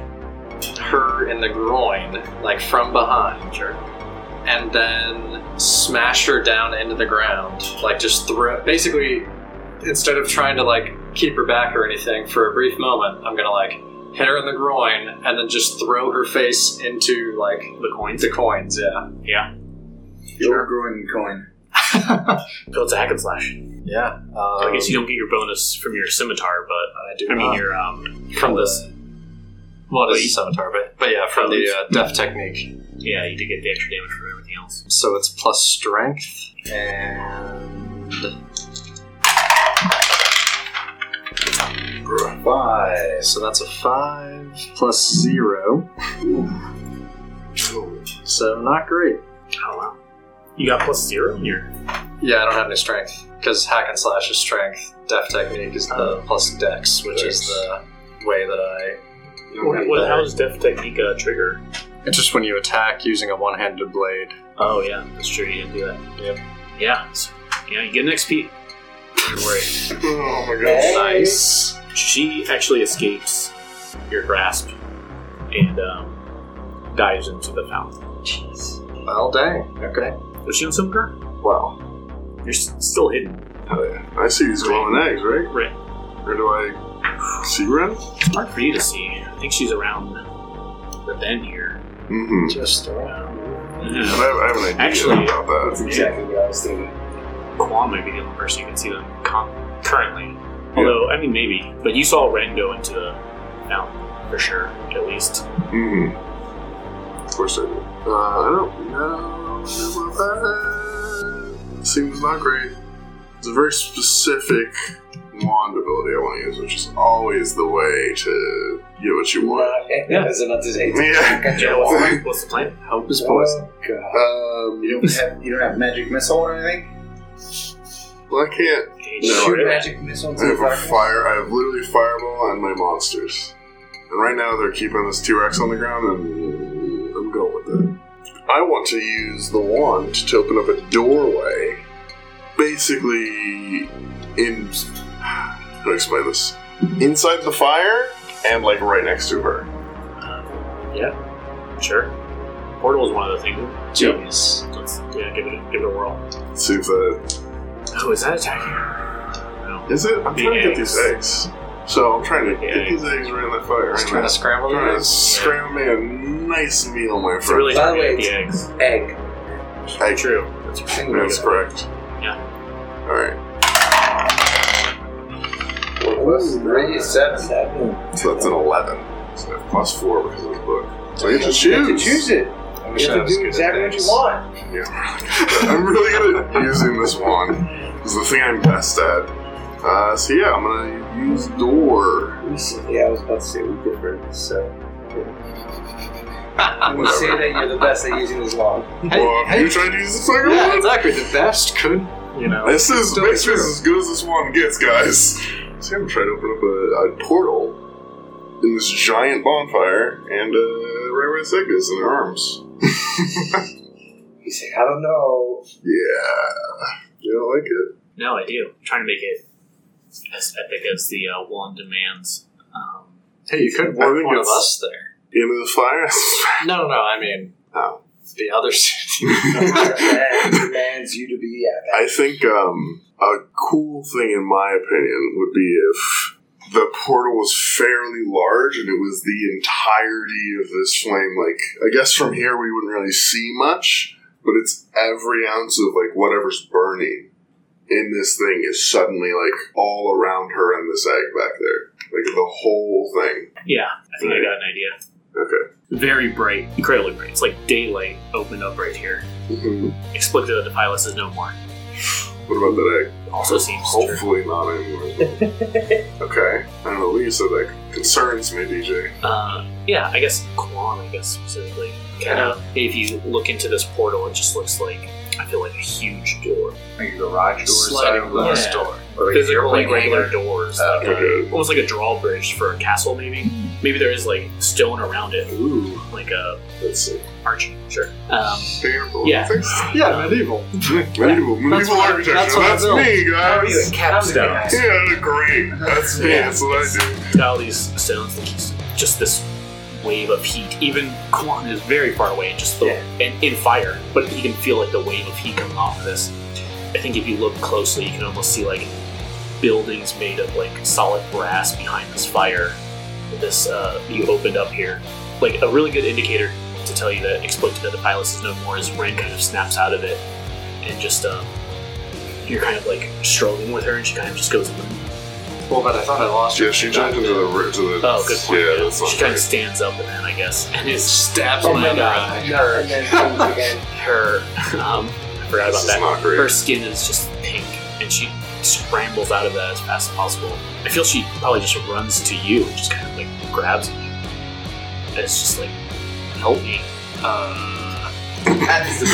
Speaker 6: her in the groin, like from behind. Sure and then smash her down into the ground. Like just throw. Basically, instead of trying to like keep her back or anything for a brief moment, I'm gonna like hit her in the groin and then just throw her face into like
Speaker 4: The coins.
Speaker 6: the coins. Yeah.
Speaker 7: You're growing coin.
Speaker 4: So it's a hack and slash.
Speaker 6: Yeah. Um,
Speaker 4: I guess you don't get your bonus from your scimitar, but
Speaker 6: I do.
Speaker 4: I mean
Speaker 6: not.
Speaker 4: your um
Speaker 6: from
Speaker 4: the-
Speaker 6: this. Well, it's
Speaker 4: Wait.
Speaker 6: a scimitar, but, but yeah, from the uh, death technique.
Speaker 4: Yeah, you did get the extra damage from everything else.
Speaker 6: So it's plus strength and
Speaker 3: me. Bruh.
Speaker 6: five. So that's a five plus zero. So not great.
Speaker 4: Oh wow. You got plus zero in your
Speaker 6: Yeah, I don't have any strength because hack and slash is strength. Def technique is the plus dex, which is the way that
Speaker 3: You don't
Speaker 4: What,
Speaker 3: have
Speaker 4: what,
Speaker 3: that.
Speaker 4: how does Def Technique uh, trigger?
Speaker 6: I. It's just when you attack using a one-handed blade.
Speaker 4: Oh, yeah, that's true. You didn't do that. Yep. Yeah. So, yeah, you get an XP. Don't worry.
Speaker 3: Oh my god.
Speaker 5: Hey.
Speaker 6: Nice.
Speaker 4: She actually escapes your grasp and um, dives into the fountain.
Speaker 6: Well, dang. Okay.
Speaker 4: Was she on some girl?
Speaker 6: Wow.
Speaker 4: You're s- still hidden.
Speaker 3: Hell yeah. I see these glowing eggs, right?
Speaker 4: Right.
Speaker 3: Or do I see Ren?
Speaker 4: Hard for you to see. I think she's around the, the bend here.
Speaker 3: Mm-hmm.
Speaker 6: Just around.
Speaker 5: uh, Mm-hmm.
Speaker 3: I have, I have an idea
Speaker 4: Actually,
Speaker 3: about
Speaker 5: That's
Speaker 3: that.
Speaker 5: exactly what I was thinking.
Speaker 4: Quan might be the only person you can see them con- currently. Although, I mean, maybe. But you saw Ren go into the mountain for sure, at least.
Speaker 3: Mm-hmm. Of course I do. Uh, I don't know about that. Seems not great. It's a very specific wand ability I want to use, which is always the way to get what you want.
Speaker 5: Yeah, it's about to say.
Speaker 3: Yeah.
Speaker 4: Yeah, what's, the plan? what's the plan?
Speaker 7: Hope
Speaker 5: Oh
Speaker 7: is poison.
Speaker 3: Um,
Speaker 7: You don't have you don't have magic missile or anything.
Speaker 3: well, I can't. No,
Speaker 5: Shoot
Speaker 3: I-
Speaker 5: magic
Speaker 3: I
Speaker 5: missile into the
Speaker 3: have a
Speaker 5: fire.
Speaker 3: fire. I have literally fireball and my monsters. And right now they're keeping this T Rex on the ground, and I'm going with it. I want to use the wand to open up a doorway. Basically, in. How do I explain this? Inside the fire, and like right next to her.
Speaker 4: Sure. Portal is one of the things.
Speaker 6: Genius.
Speaker 4: Let's yeah, give it a, give it a whirl.
Speaker 3: See if that.
Speaker 4: Oh, is that attacking her? No.
Speaker 3: Is it? I'm
Speaker 4: The
Speaker 3: trying to get
Speaker 4: eggs.
Speaker 3: these eggs. So I'm trying to get
Speaker 4: eggs.
Speaker 3: these eggs right in the fire.
Speaker 6: Just
Speaker 3: Right
Speaker 6: trying
Speaker 3: now.
Speaker 6: to scramble
Speaker 3: I'm trying to
Speaker 6: this.
Speaker 3: scram me a nice meal, my
Speaker 4: It's
Speaker 3: friend.
Speaker 4: really
Speaker 5: By the
Speaker 4: targeted
Speaker 5: way,
Speaker 4: at the eggs.
Speaker 5: Egg.
Speaker 3: Egg.
Speaker 4: True. That's
Speaker 5: Single.
Speaker 3: That's correct.
Speaker 4: Yeah.
Speaker 3: All right.
Speaker 5: Ooh, three, seven. Hmm. Seven.
Speaker 3: So that's an eleven. So I have plus four because of the book. So I get to
Speaker 5: You have
Speaker 3: choose.
Speaker 5: to choose it.
Speaker 6: I
Speaker 5: You
Speaker 6: wish I
Speaker 5: have to
Speaker 6: was
Speaker 5: do
Speaker 6: good
Speaker 5: exactly
Speaker 6: at
Speaker 5: what you
Speaker 6: things.
Speaker 5: want.
Speaker 3: Yeah. I'm really good at using this wand. It's the thing I'm best at. Uh, so yeah, I'm gonna use door.
Speaker 5: We s- Yeah, I was about to say we different, so. we say that you're the best at using this wand.
Speaker 3: Well, you trying to use this fucking
Speaker 6: Yeah,
Speaker 3: wand?
Speaker 6: exactly. The best could, you know.
Speaker 3: This is
Speaker 6: Still
Speaker 3: basically
Speaker 6: true.
Speaker 3: as good as this wand gets, guys. So I'm gonna try to open up a, a portal in this giant bonfire, and uh, right where the thing is in her arms.
Speaker 5: He's like, I don't know.
Speaker 3: Yeah. You don't like it?
Speaker 4: No, I do. I'm trying to make it as epic as the uh, wand demands. Um,
Speaker 6: Hey, you could
Speaker 3: I
Speaker 6: work
Speaker 3: think
Speaker 6: one of
Speaker 3: it's-
Speaker 6: us there.
Speaker 3: Into the fire?
Speaker 6: No, no, no. I mean,
Speaker 3: Oh.
Speaker 6: the others.
Speaker 5: That demands you to be epic.
Speaker 3: I think um, a cool thing, in my opinion, would be if the portal was fairly large and it was the entirety of this flame. Like, I guess from here we wouldn't really see much, but it's every ounce of like whatever's burning in this thing is suddenly like all around her and this egg back there, like the whole thing.
Speaker 4: yeah, I think I got an idea.
Speaker 3: Okay.
Speaker 4: Very bright, incredibly bright. It's like daylight opened up right here. Explicit that the pilot is no more.
Speaker 3: What about that egg?
Speaker 4: Also seems true.
Speaker 3: Hopefully not anymore. okay. I don't know what you said that concerns me, DJ.
Speaker 4: Uh, yeah, I guess Quan, I guess specifically. Kind of, if you look into this portal, it just looks like I feel like a huge door,
Speaker 7: Like a garage door,
Speaker 6: Sliding
Speaker 7: sliding glass
Speaker 4: Yeah.
Speaker 7: door, or like
Speaker 4: physical like
Speaker 7: airplane
Speaker 4: regular
Speaker 7: hangar.
Speaker 4: doors,
Speaker 7: Uh,
Speaker 4: like a, almost like a drawbridge for a castle. Maybe, maybe there is like stone around it,
Speaker 3: Ooh.
Speaker 4: like a
Speaker 3: Let's see.
Speaker 4: arching. Sure. Um,
Speaker 3: Terrible.
Speaker 4: Yeah.
Speaker 6: yeah, medieval.
Speaker 3: Medieval, medieval
Speaker 6: what I-
Speaker 3: architecture.
Speaker 6: that's
Speaker 3: That's,
Speaker 6: what I built.
Speaker 3: me, guys.
Speaker 4: capstone.
Speaker 3: Yeah, great. That's me.
Speaker 4: Yeah.
Speaker 3: That's what I do.
Speaker 4: got all these stones and just, just this wave of heat. Even Kwan is very far away, and just the, and in fire, but he can feel like the wave of heat coming off of this. I think if you look closely, you can almost see like buildings made of like solid brass behind this fire. that This uh, you opened up here, like a really good indicator to tell you that exploited that the pilot is no more is Ren kind of snaps out of it and just um, you're kind of like struggling with her, and she kind of just goes.
Speaker 6: Well, but I thought I lost
Speaker 3: Yeah, she jumped into the ri- to the.
Speaker 4: Oh, good point.
Speaker 3: Yeah,
Speaker 4: yeah.
Speaker 3: that's not
Speaker 4: she kind
Speaker 3: great.
Speaker 4: of stands up and then I guess and
Speaker 6: It
Speaker 4: it's
Speaker 6: stabs
Speaker 4: Oh
Speaker 6: me
Speaker 4: my
Speaker 6: in the
Speaker 4: God.
Speaker 6: eye.
Speaker 5: And then things again.
Speaker 4: her. Um, I forgot
Speaker 3: This
Speaker 4: about
Speaker 3: is
Speaker 4: that.
Speaker 3: not
Speaker 4: Her
Speaker 3: great.
Speaker 4: skin is just pink, and she scrambles out of that as fast as possible. I feel she probably just runs to you and just kind of like grabs you. And it's just like, help me. Uh,
Speaker 5: That is the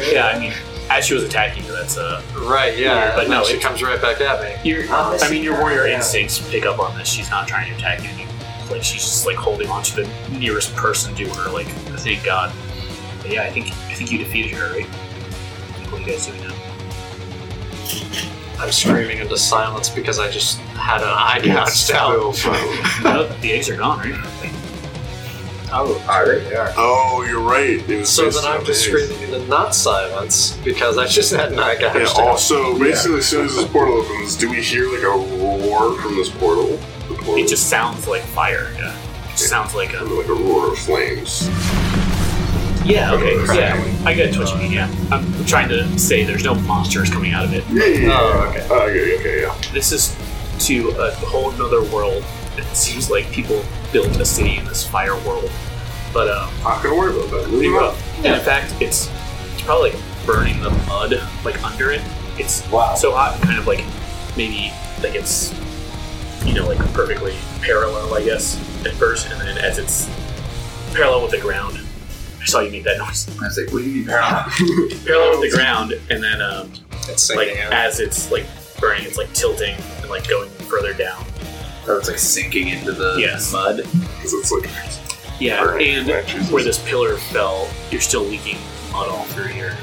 Speaker 5: best.
Speaker 4: yeah, I mean, as she was attacking you, that's uh,
Speaker 6: Right, yeah.
Speaker 4: Yeah, but
Speaker 6: and then
Speaker 4: no,
Speaker 6: she
Speaker 4: it-
Speaker 6: comes right back at me.
Speaker 4: your.
Speaker 5: Honestly,
Speaker 4: I mean, your warrior
Speaker 5: yeah.
Speaker 4: instincts pick up on this. She's not trying to attack you. Like she's just like holding on to the nearest person to her. Like, thank God. But yeah, I think I think you defeated her, right? What are you guys doing now?
Speaker 6: I'm screaming into silence because I just had an eye gouged
Speaker 3: Still
Speaker 6: out.
Speaker 3: fun.
Speaker 4: no, the eggs are gone, right?
Speaker 6: Oh,
Speaker 3: Oh, you're right. It was
Speaker 6: So
Speaker 3: based
Speaker 6: then I'm
Speaker 3: on
Speaker 6: just
Speaker 3: the
Speaker 6: screaming into not silence because I just had an eye
Speaker 3: Yeah,
Speaker 6: gouged out.
Speaker 3: also, basically, as soon as this portal opens, do we hear like a roar from this portal? The portal.
Speaker 4: It just sounds like fire. Yeah. sounds like a
Speaker 3: and like a roar of flames.
Speaker 4: yeah. Okay, yeah. I get what you mean. Yeah, I'm trying to say there's no monsters coming out of it.
Speaker 3: Yeah, yeah, yeah.
Speaker 6: Oh, okay.
Speaker 3: Oh, okay, okay, yeah.
Speaker 4: This is to a whole nother world. It seems like people built a city in this fire world, but um,
Speaker 3: Not gonna worry about that.
Speaker 4: pretty
Speaker 3: Moving on.
Speaker 4: rough. And in fact, it's it's probably like burning the mud like under it. It's
Speaker 6: Wow.
Speaker 4: so hot, kind of like maybe like it's you know like perfectly parallel, I guess, at first, and then as it's parallel with the ground. I saw you make that noise.
Speaker 7: I was like, what do you mean parallel?
Speaker 4: Parallel with the ground, and then um,
Speaker 6: It's
Speaker 4: like
Speaker 6: sinking in.
Speaker 4: as it's like burning, it's like tilting and like going further down.
Speaker 7: Oh, it's like sinking into
Speaker 5: Uh,
Speaker 7: the
Speaker 4: Yes.
Speaker 7: mud.
Speaker 3: 'Cause it's like
Speaker 4: Yeah,
Speaker 3: burning
Speaker 4: and
Speaker 3: branches.
Speaker 4: where this pillar fell, you're still leaking mud all through here.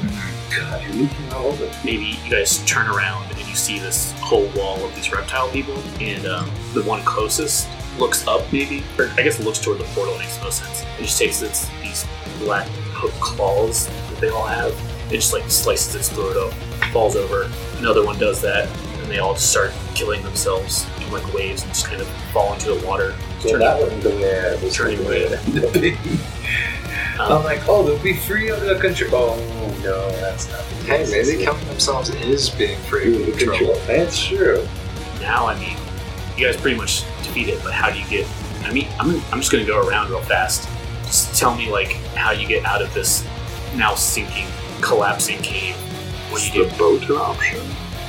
Speaker 4: Maybe you guys turn around and you see this whole wall of these reptile people, and um, the one closest looks up, maybe, or I guess looks toward the portal. Makes no sense. It just takes its, these black hook claws that they all have. It just like slices its throat up, falls over. Another one does that, and they all just start killing themselves in like waves and just kind of fall into the water.
Speaker 5: Well, that wasn't the way I was
Speaker 4: Turning
Speaker 5: thinking it.
Speaker 4: Um,
Speaker 5: I'm like, oh, they'll be free of the country. Oh, no, that's not the
Speaker 6: Hey,
Speaker 5: case.
Speaker 6: maybe killing themselves is being free
Speaker 5: Free
Speaker 6: of
Speaker 5: of the control.
Speaker 6: control.
Speaker 5: That's true.
Speaker 4: now I mean, you guys pretty much defeat it, but how do you get? I mean, I'm, I'm just gonna go around real fast. Just tell me like how you get out of this now sinking, collapsing cave when you
Speaker 3: the
Speaker 4: get
Speaker 3: boat an option.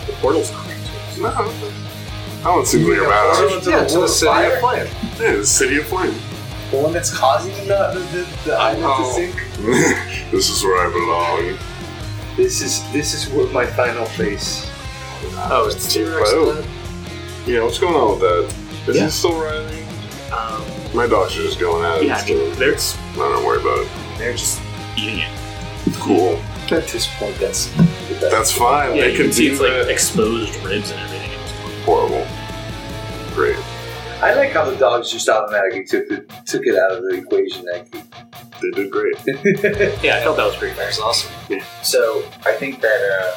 Speaker 4: the portals on. it.
Speaker 3: No, that one seems like a bad option.
Speaker 6: Yeah, to the city of flame.
Speaker 3: Yeah, the city of flame.
Speaker 5: The one that's causing the, the, the, the island
Speaker 6: know.
Speaker 5: to sink.
Speaker 3: this is where I belong.
Speaker 5: This is this is where my final place.
Speaker 6: Oh, it's T Rex.
Speaker 3: Oh. Yeah, what's going on with that? Is
Speaker 4: Yeah.
Speaker 3: he still riding?
Speaker 4: Um,
Speaker 3: My dogs are just going at it.
Speaker 4: yeah, I mean,
Speaker 3: so
Speaker 4: they're just
Speaker 3: I don't worry about it.
Speaker 4: they're just eating it.
Speaker 3: It's cool.
Speaker 6: At this point, that's
Speaker 3: That's fine.
Speaker 4: Yeah,
Speaker 3: they
Speaker 4: you
Speaker 3: can
Speaker 4: can see
Speaker 3: do
Speaker 4: it's like
Speaker 3: that.
Speaker 4: exposed ribs and everything. It was
Speaker 3: horrible. Great.
Speaker 5: I like how the dogs just automatically took it, took it out of the equation. That
Speaker 3: They did great.
Speaker 4: Yeah, I felt that was pretty
Speaker 6: That's awesome.
Speaker 7: So I think that uh,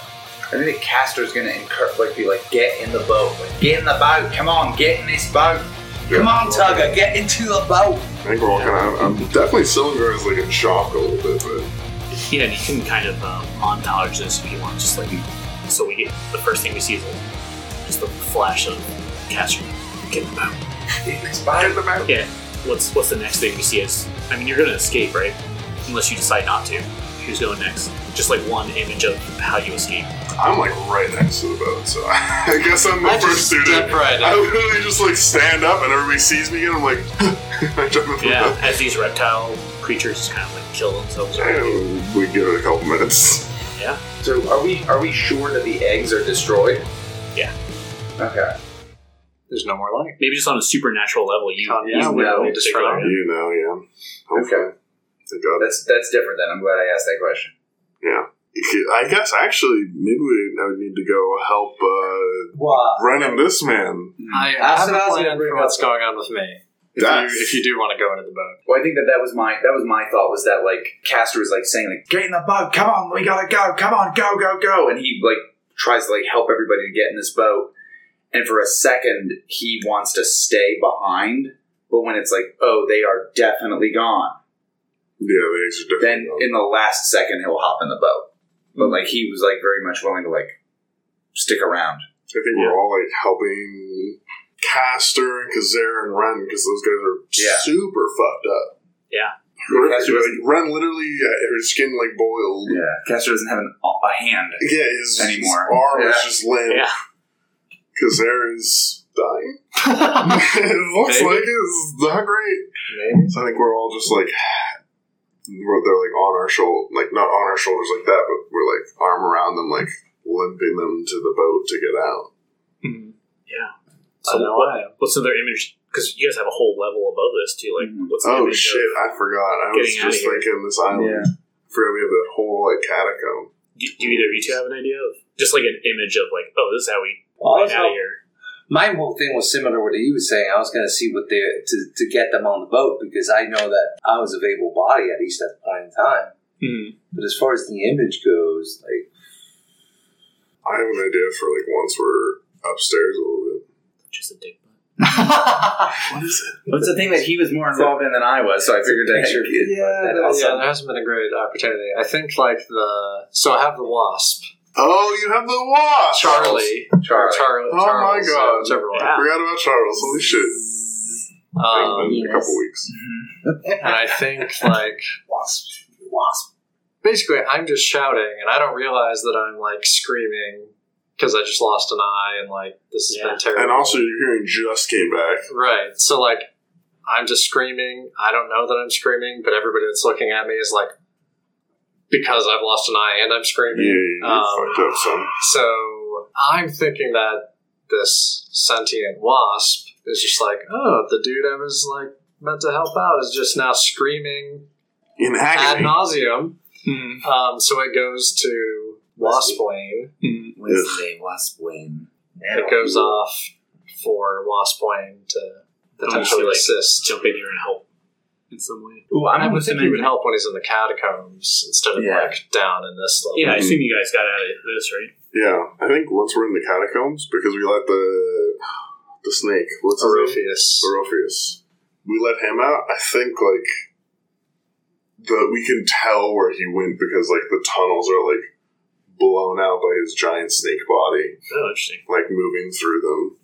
Speaker 7: I think the caster's gonna incur like be like, get in the boat, like, get in the boat. Come on, get in this boat. Come on, Tugger, get into the boat.
Speaker 3: I think we're all kind of. I'm definitely cylinder is like in shock a little bit, but
Speaker 4: Yeah, and you can kind of um, montage this if you want. Just like so, we get the first thing we see is like, just the flash of Castro getting out.
Speaker 7: It's boat.
Speaker 4: Yeah. What's what's the next thing we see? Is I mean, you're gonna escape, right? Unless you decide not to. Who's going next? Just like one image of how you escape.
Speaker 3: I'm like right next to the boat, so I guess I'm the
Speaker 6: I
Speaker 3: first
Speaker 6: just
Speaker 3: student.
Speaker 6: step right
Speaker 3: I
Speaker 6: up.
Speaker 3: literally just like stand up and everybody sees me and I'm like, I jump in the
Speaker 4: Yeah.
Speaker 3: boat.
Speaker 4: As these reptile creatures just kind of like kill themselves. Or
Speaker 3: And we give it a couple minutes.
Speaker 7: So are we are we sure that the eggs are destroyed?
Speaker 4: Yeah.
Speaker 7: Okay.
Speaker 6: There's no more light.
Speaker 4: maybe just on a supernatural level, you.
Speaker 6: Con-
Speaker 4: you
Speaker 6: yeah, we
Speaker 4: know,
Speaker 6: don't need to
Speaker 4: figure
Speaker 6: try.
Speaker 4: out-
Speaker 3: You know, yeah.
Speaker 7: Okay.
Speaker 3: I got it.
Speaker 7: That's that's different then. I'm glad I asked that question.
Speaker 3: Yeah. I guess actually, maybe we, I would need to go help uh,
Speaker 5: wow.
Speaker 3: Brennan this man.
Speaker 6: I, I
Speaker 5: That's
Speaker 6: have
Speaker 5: what I
Speaker 6: a
Speaker 5: was
Speaker 6: plan
Speaker 5: gonna bring
Speaker 6: for what's
Speaker 5: up.
Speaker 6: going on with me. If you,
Speaker 3: That's-
Speaker 6: if you do want to go into the boat,
Speaker 7: Well, I think that that was my that was my thought was that like Castor was like saying like get in the boat, come on, we gotta go, come on, go, go, go, and he like tries to like help everybody to get in this boat, and for a second he wants to stay behind, but when it's like oh they are definitely gone,
Speaker 3: Yeah, the eggs are
Speaker 7: then
Speaker 3: different.
Speaker 7: in the last second he'll hop in the boat, but like he was like very much willing to like stick around.
Speaker 3: I think we're all like helping Castor and Kazar and Ren because those guys are
Speaker 7: Yeah.
Speaker 3: super fucked up.
Speaker 4: Yeah.
Speaker 3: Ren,
Speaker 7: Castor doesn't-
Speaker 3: Ren literally, uh, her skin like boiled. Yeah,
Speaker 7: Castor doesn't have an, a hand.
Speaker 3: his, his
Speaker 7: Anymore.
Speaker 3: arm is
Speaker 7: Yeah.
Speaker 3: just limp.
Speaker 4: Yeah.
Speaker 3: Kazar is dying. it looks
Speaker 6: Maybe.
Speaker 3: like it's not great. So I think we're all just like, we're, they're like on our shoulder, like not on our shoulders like that, but we're like arm around them, like limping them to the boat to get out.
Speaker 4: So
Speaker 6: I know
Speaker 4: what-
Speaker 6: I am.
Speaker 4: What's another image? Because you guys have a whole level above this too. Like,
Speaker 7: Mhm.
Speaker 4: what's the
Speaker 3: Oh
Speaker 4: image of-
Speaker 3: shit, I forgot. I was
Speaker 4: getting outta
Speaker 3: just
Speaker 4: here.
Speaker 3: thinking this island.
Speaker 7: Yeah.
Speaker 3: I forgot we have that whole like catacomb.
Speaker 4: do, do either of you two have an idea of just like an image of like, oh, this is how we
Speaker 5: Well, I
Speaker 4: get
Speaker 5: was
Speaker 4: out of
Speaker 5: hoping-
Speaker 4: here?
Speaker 5: my whole thing was similar to what you was saying. I was going to see what they to, to get them on the boat because I know that I was of able body at least at the point in time. But as far as the image goes, like
Speaker 3: I have an idea for like once we're upstairs a little bit.
Speaker 4: Just a dick.
Speaker 3: What is it?
Speaker 7: But it's a thing that he was more involved in than I was, so I figured that
Speaker 6: picture.
Speaker 7: he'd-
Speaker 6: Yeah,
Speaker 7: and
Speaker 6: there-
Speaker 7: also-
Speaker 6: yeah,
Speaker 5: uh,
Speaker 6: there hasn't been a great opportunity. I think like the so I have the wasp,
Speaker 3: Oh, you have the watch,
Speaker 6: Charlie,
Speaker 7: Charlie.
Speaker 6: Charlie.
Speaker 3: Oh my
Speaker 6: Charles, uh,
Speaker 3: God.
Speaker 6: whichever one.
Speaker 3: I forgot about Charles. Holy shit!
Speaker 6: Um,
Speaker 3: in a couple weeks.
Speaker 6: and I think like wasp, wasp. Basically, I'm just shouting, and I don't realize that I'm like screaming because I just lost an eye, and like this has
Speaker 4: Yeah.
Speaker 6: been terrible.
Speaker 3: And also, your hearing just came back.
Speaker 6: Right. So like I'm just screaming. I don't know that I'm screaming, but everybody that's looking at me is like because I've lost an eye and I'm
Speaker 3: Yeah,
Speaker 6: screaming.
Speaker 3: you
Speaker 6: Um,
Speaker 3: fucked up, son.
Speaker 6: So I'm thinking that this sentient wasp is just like, oh, the dude I was like meant to help out is just now screaming
Speaker 3: In
Speaker 6: ad
Speaker 3: agony.
Speaker 6: nauseum. Um, so it goes to Wasplane.
Speaker 7: Wednesday, Wasp Wayne.
Speaker 6: It goes off for Wasplane to
Speaker 4: Don't you
Speaker 6: potentially
Speaker 4: feel like-
Speaker 6: assist.
Speaker 4: Jump in here and help in some way.
Speaker 7: Ooh,
Speaker 6: I
Speaker 7: I'm
Speaker 6: would think he would
Speaker 7: thinking.
Speaker 6: help when he's in the catacombs instead of
Speaker 7: Yeah.
Speaker 6: like down in this level.
Speaker 4: Yeah, I
Speaker 3: Mm-hmm.
Speaker 4: assume you guys got out of this, right?
Speaker 3: Yeah, I think once we're in the catacombs, because we let the the snake, what's his name?
Speaker 6: Orpheus.
Speaker 3: Orpheus. We let him out. I think like the we can tell where he went because like the tunnels are like blown out by his giant snake body,
Speaker 4: Oh, interesting.
Speaker 3: like moving through them.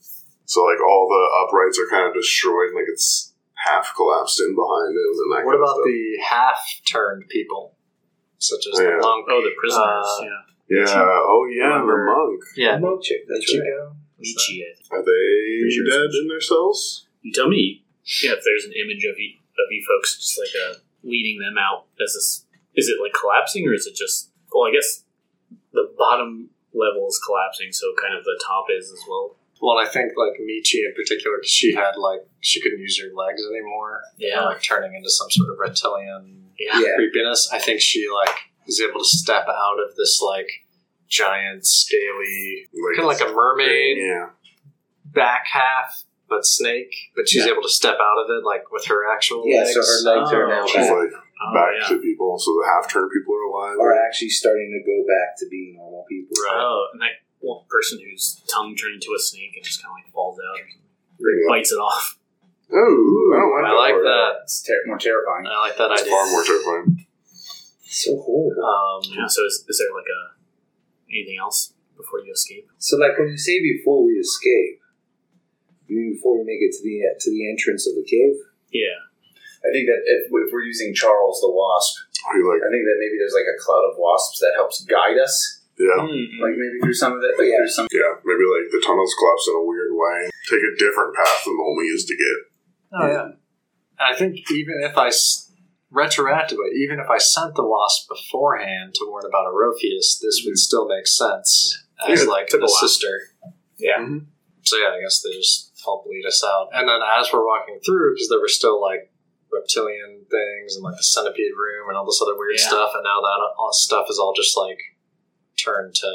Speaker 3: So like all the uprights are kind of destroyed, like it's half collapsed in behind him. And that kind
Speaker 6: What
Speaker 3: of
Speaker 6: about
Speaker 3: stuff.
Speaker 6: the half turned people? Such as
Speaker 3: Yeah.
Speaker 6: the monk.
Speaker 4: Oh, the prisoners.
Speaker 6: Uh,
Speaker 4: yeah.
Speaker 3: yeah? Oh yeah, the monk.
Speaker 6: Yeah.
Speaker 5: Remote chip, that's right.
Speaker 6: Ichigo? Is that-
Speaker 4: Ichi, I think.
Speaker 3: Are they
Speaker 7: Pretty sure
Speaker 3: dead
Speaker 7: it's-
Speaker 3: in their cells?
Speaker 4: You tell me. Yeah, if there's an image of you, of you folks, just like uh, leading them out as this. Is it like collapsing, or is it just? Well, I guess the bottom level is collapsing, so kind of the top is as well.
Speaker 6: Well, I think like Michi in particular, 'cause she had like she couldn't use her legs anymore.
Speaker 4: Yeah.
Speaker 6: And, like turning into some sort of reptilian
Speaker 4: Yeah.
Speaker 5: Yeah.
Speaker 6: creepiness. I think she like is able to step out of this like giant scaly
Speaker 3: Like,
Speaker 6: kind of like a mermaid
Speaker 3: Yeah.
Speaker 6: back half, but snake. But she's
Speaker 4: Yeah.
Speaker 6: able to step out of it, like with her actual
Speaker 5: Yeah,
Speaker 6: legs.
Speaker 5: so her legs are
Speaker 4: Oh.
Speaker 5: now
Speaker 3: She's
Speaker 5: back,
Speaker 3: like
Speaker 4: Oh,
Speaker 3: back
Speaker 4: yeah.
Speaker 3: to people, so the half turned people are alive.
Speaker 5: are actually starting to go back to being normal people.
Speaker 6: Right.
Speaker 4: Oh, and that one person whose tongue turned into a snake and just kind of like falls out or something,
Speaker 3: Yeah.
Speaker 4: bites it off.
Speaker 3: Oh, I don't like
Speaker 6: I
Speaker 3: that.
Speaker 6: like
Speaker 3: word.
Speaker 6: that.
Speaker 7: It's ter- more terrifying.
Speaker 6: I like that
Speaker 3: It's
Speaker 6: idea.
Speaker 3: far more terrifying.
Speaker 5: So horrible.
Speaker 6: Um,
Speaker 4: Yeah. So is, is there like a anything else before you escape?
Speaker 5: So, like when you say before we escape, you mean before we make it to the to the entrance of the cave?
Speaker 4: Yeah.
Speaker 7: I think that if, if we're using Charles the Wasp,
Speaker 3: Are you like,
Speaker 7: I think that maybe there's like a cloud of wasps that helps guide us,
Speaker 6: Mm.
Speaker 3: yeah,
Speaker 6: Hmm.
Speaker 7: like maybe through some of it, like
Speaker 5: Yeah.
Speaker 7: through some.
Speaker 3: yeah, maybe like the tunnels collapse in a weird way. Take a different path than the one we used to get.
Speaker 6: Oh yeah. I think even if I s- retroactively, even if I sent the wasp beforehand to warn about Orpheus, this would still make sense as
Speaker 3: Yeah,
Speaker 6: like
Speaker 4: Mm-hmm. took a
Speaker 6: the
Speaker 4: while.
Speaker 6: sister. Mm-hmm.
Speaker 4: Yeah.
Speaker 3: Mhm.
Speaker 6: So yeah, I guess they just help lead us out, and then as we're walking through, because there were still like reptilian things and like the centipede room and all this other weird
Speaker 4: Yeah.
Speaker 6: stuff, and now that all stuff is all just like turned to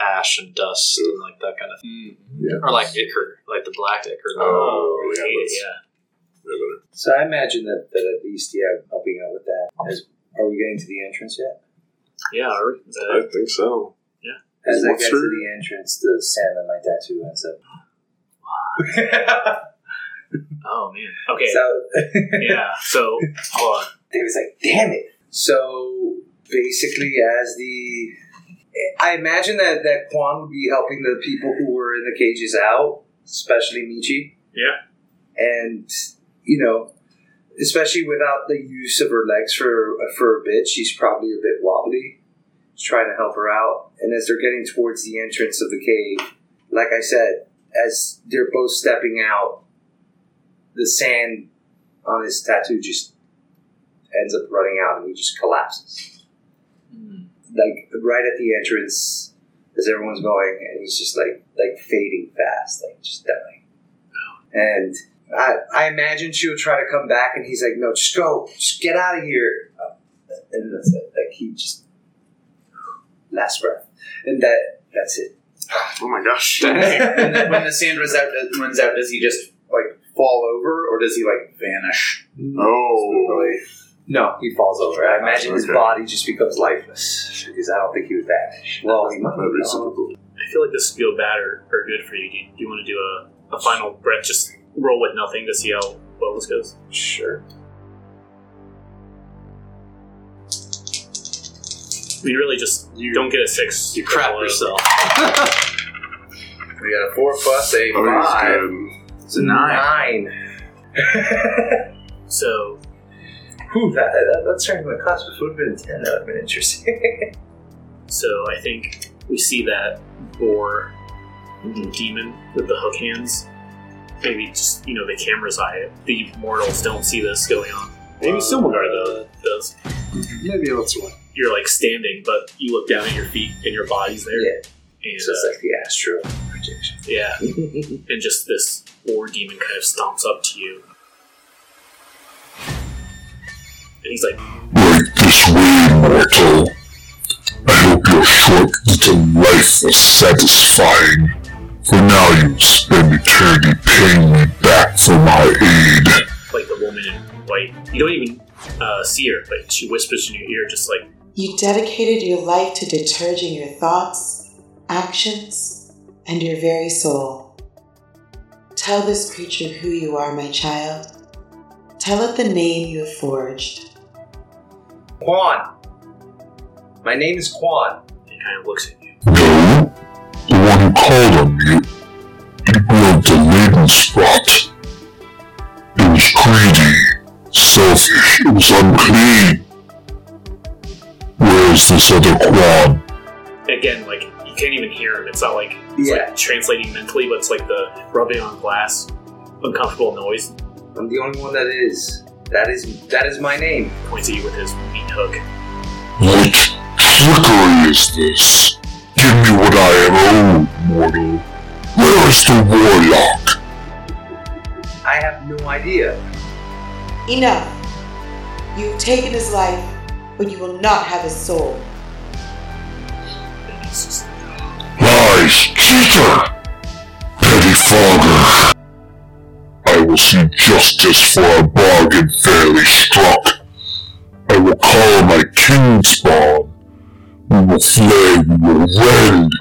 Speaker 6: ash and dust and like that kind of thing,
Speaker 4: Mm-hmm.
Speaker 6: or like ichor, like the black ichor.
Speaker 3: Oh, yeah,
Speaker 4: Hate it,
Speaker 3: that's
Speaker 4: yeah.
Speaker 3: way better.
Speaker 5: So I imagine that, that at least yeah, helping out with that. As, are we getting to the entrance yet?
Speaker 4: Yeah. Are, is that
Speaker 3: I think so.
Speaker 5: As I
Speaker 3: What's
Speaker 5: get to
Speaker 3: her-
Speaker 5: the entrance, the sand on my tattoo ends up.
Speaker 4: Oh man. Okay.
Speaker 5: So
Speaker 4: yeah. So hold on.
Speaker 5: they was like, "Damn it!" So basically, as the I imagine that that Quan would be helping the people who were in the cages out, especially Michi.
Speaker 4: Yeah.
Speaker 5: and you know, especially without the use of her legs for for a bit, she's probably a bit wobbly. Just trying to help her out, and as they're getting towards the entrance of the cave, like I said, as they're both stepping out, the sand on his tattoo just ends up running out, and he just collapses. Like right at the entrance, as everyone's going, and he's just like like fading fast, like just dying. And I, I imagine she'll try to come back, and he's like, "No, just go, just get out of here." And that's it. Like he just last breath, and that that's it.
Speaker 3: Oh my gosh.
Speaker 7: when, the, when the sand runs out, does- runs out, does he just like fall over, or does he like vanish?
Speaker 3: Oh,
Speaker 7: Really?
Speaker 5: No, he falls over. I imagine his
Speaker 3: Okay.
Speaker 5: body just becomes lifeless because I don't think he would vanish. Well, he might.
Speaker 3: that'd be super cool.
Speaker 4: I feel like this would feel bad or, or good for you. Do you, do you want to do a a final breath, just roll with nothing to see how well this goes.
Speaker 11: Sure.
Speaker 4: You really just
Speaker 11: You-
Speaker 4: don't get a six.
Speaker 11: You crap
Speaker 4: Roll it.
Speaker 11: yourself.
Speaker 5: We got a four plus a
Speaker 3: Oh, he's
Speaker 5: five.
Speaker 3: good.
Speaker 5: It's a nine.
Speaker 12: Nine.
Speaker 4: So
Speaker 12: Whew, that, that, that turned my class. If it would have been ten, that would have been interesting.
Speaker 4: So I think we see that boar the demon with the hook hands. Maybe just you know the camera's eye it. The mortals don't see this going on. Maybe Silmagar though does.
Speaker 11: Maybe that's one.
Speaker 4: You're like standing, but you look down at your feet and your body's there.
Speaker 12: Yeah.
Speaker 4: And,
Speaker 12: so it's
Speaker 4: uh,
Speaker 12: like the astral projection.
Speaker 4: yeah, and just this boar demon kind of stomps up to you, and he's like,
Speaker 13: Right this way, mortal. I hope your short little life was satisfying, for now you spend eternity paying me back for my aid.
Speaker 4: like the woman in white. You don't even uh, see her, but she whispers in your ear, just like.
Speaker 14: You dedicated your life to deterging your thoughts, actions, and your very soul. Tell this creature who you are, my child. Tell it the name you have forged.
Speaker 12: Quan. My name is Quan.
Speaker 4: and kind of looks at you.
Speaker 13: No, the one who called on you, you built the laden spot. It was greedy, selfish, it was unclean. Where is this other Quan?
Speaker 4: Again, like you can't even hear him. It's not like it's
Speaker 12: Yeah.
Speaker 4: like translating mentally, but it's like the rubbing on glass, uncomfortable noise.
Speaker 12: I'm the only one that is. That is that is my name.
Speaker 4: Points at you with his meat hook.
Speaker 13: What trickery is this? Give me what I am owed, mortal. Where is the warlock?
Speaker 12: I have no idea.
Speaker 14: Enough! You've taken his life, but you will not have his soul.
Speaker 4: And he's just,
Speaker 13: Lies, cheater! Pettifogger! I will see justice for a bargain fairly struck. I will call my kinsman. We will flay, we will rend,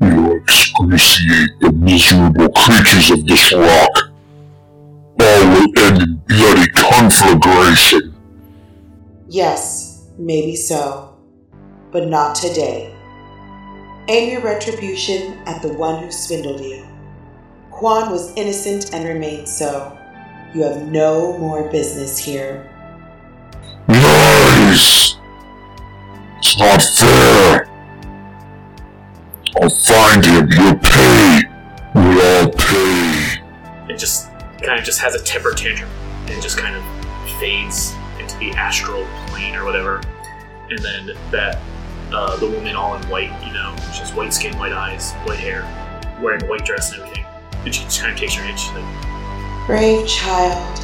Speaker 13: we will excruciate the miserable creatures of this rock. All will end in bloody conflagration.
Speaker 14: Yes, maybe so, but not today. Aim your retribution at the one who swindled you. Quan was innocent and remained so. You have no more business here.
Speaker 13: Lies! It's not fair! I'll find him, you'll pay! We'll all pay!
Speaker 4: and just kind of just has a temper tantrum and just kind of fades into the astral plane or whatever. And then that uh, the woman all in white, you know, she has white skin, white eyes, white hair, wearing a white dress and everything. And she just kind of takes her hand. She's like,
Speaker 14: Brave child,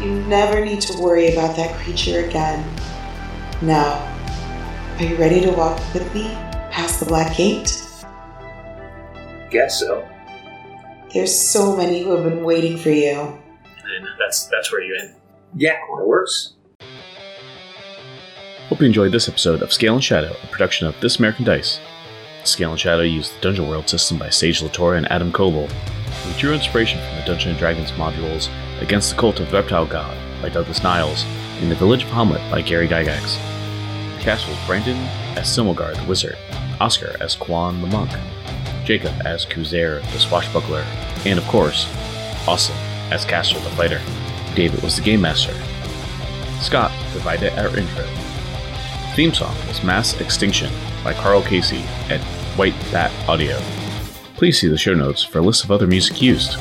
Speaker 14: you never need to worry about that creature again. Now, are you ready to walk with me past the Black Gate?
Speaker 12: Guess so.
Speaker 14: There's so many who have been waiting for you.
Speaker 4: and then that's that's where you end.
Speaker 12: Yeah, it works.
Speaker 6: Hope you enjoyed this episode of Scale and Shadow, a production of This American Dice. Scale and Shadow used the Dungeon World system by Sage Latour and Adam Coble. We drew inspiration from the Dungeon and Dragons modules Against the Cult of the Reptile God by Douglas Niles and The Village of Hamlet by Gary Gygax. The cast was Brandon as Similgar the Wizard, Oscar as Quan the Monk, Jacob as Kuzair the Swashbuckler, and of course, Austin as Castle the Fighter. David was the Game Master. Scott provided our intro. Theme song was Mass Extinction by Carl Casey at White Bat Audio. Please see the show notes for a list of other music used.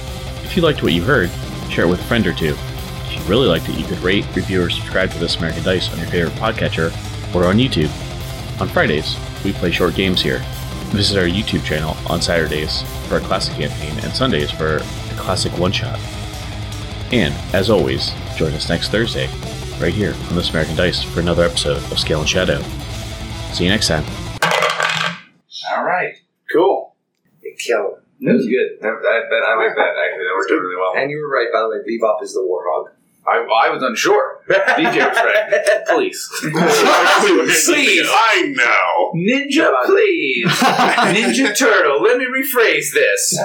Speaker 6: If you liked what you heard, share it with a friend or two. If you really liked it, you could rate, review, or subscribe to This American Dice on your favorite podcatcher or on YouTube. On Fridays, we play short games here. Visit our YouTube channel on Saturdays for a classic campaign and Sundays for a classic one shot. And, as always, join us next Thursday, right here on This American Dice, for another episode of Scale and Shadow. See you next time.
Speaker 5: All right. Cool.
Speaker 12: It killed.
Speaker 5: That was good. I, I, bet- I like that, actually. That worked out really well.
Speaker 12: And you were right, by the way. Bebop is the warhog.
Speaker 5: I, I was unsure. DJ was right.
Speaker 4: Please.
Speaker 5: Please.
Speaker 3: I know.
Speaker 5: Ninja, please. Ninja Turtle. Let me rephrase this.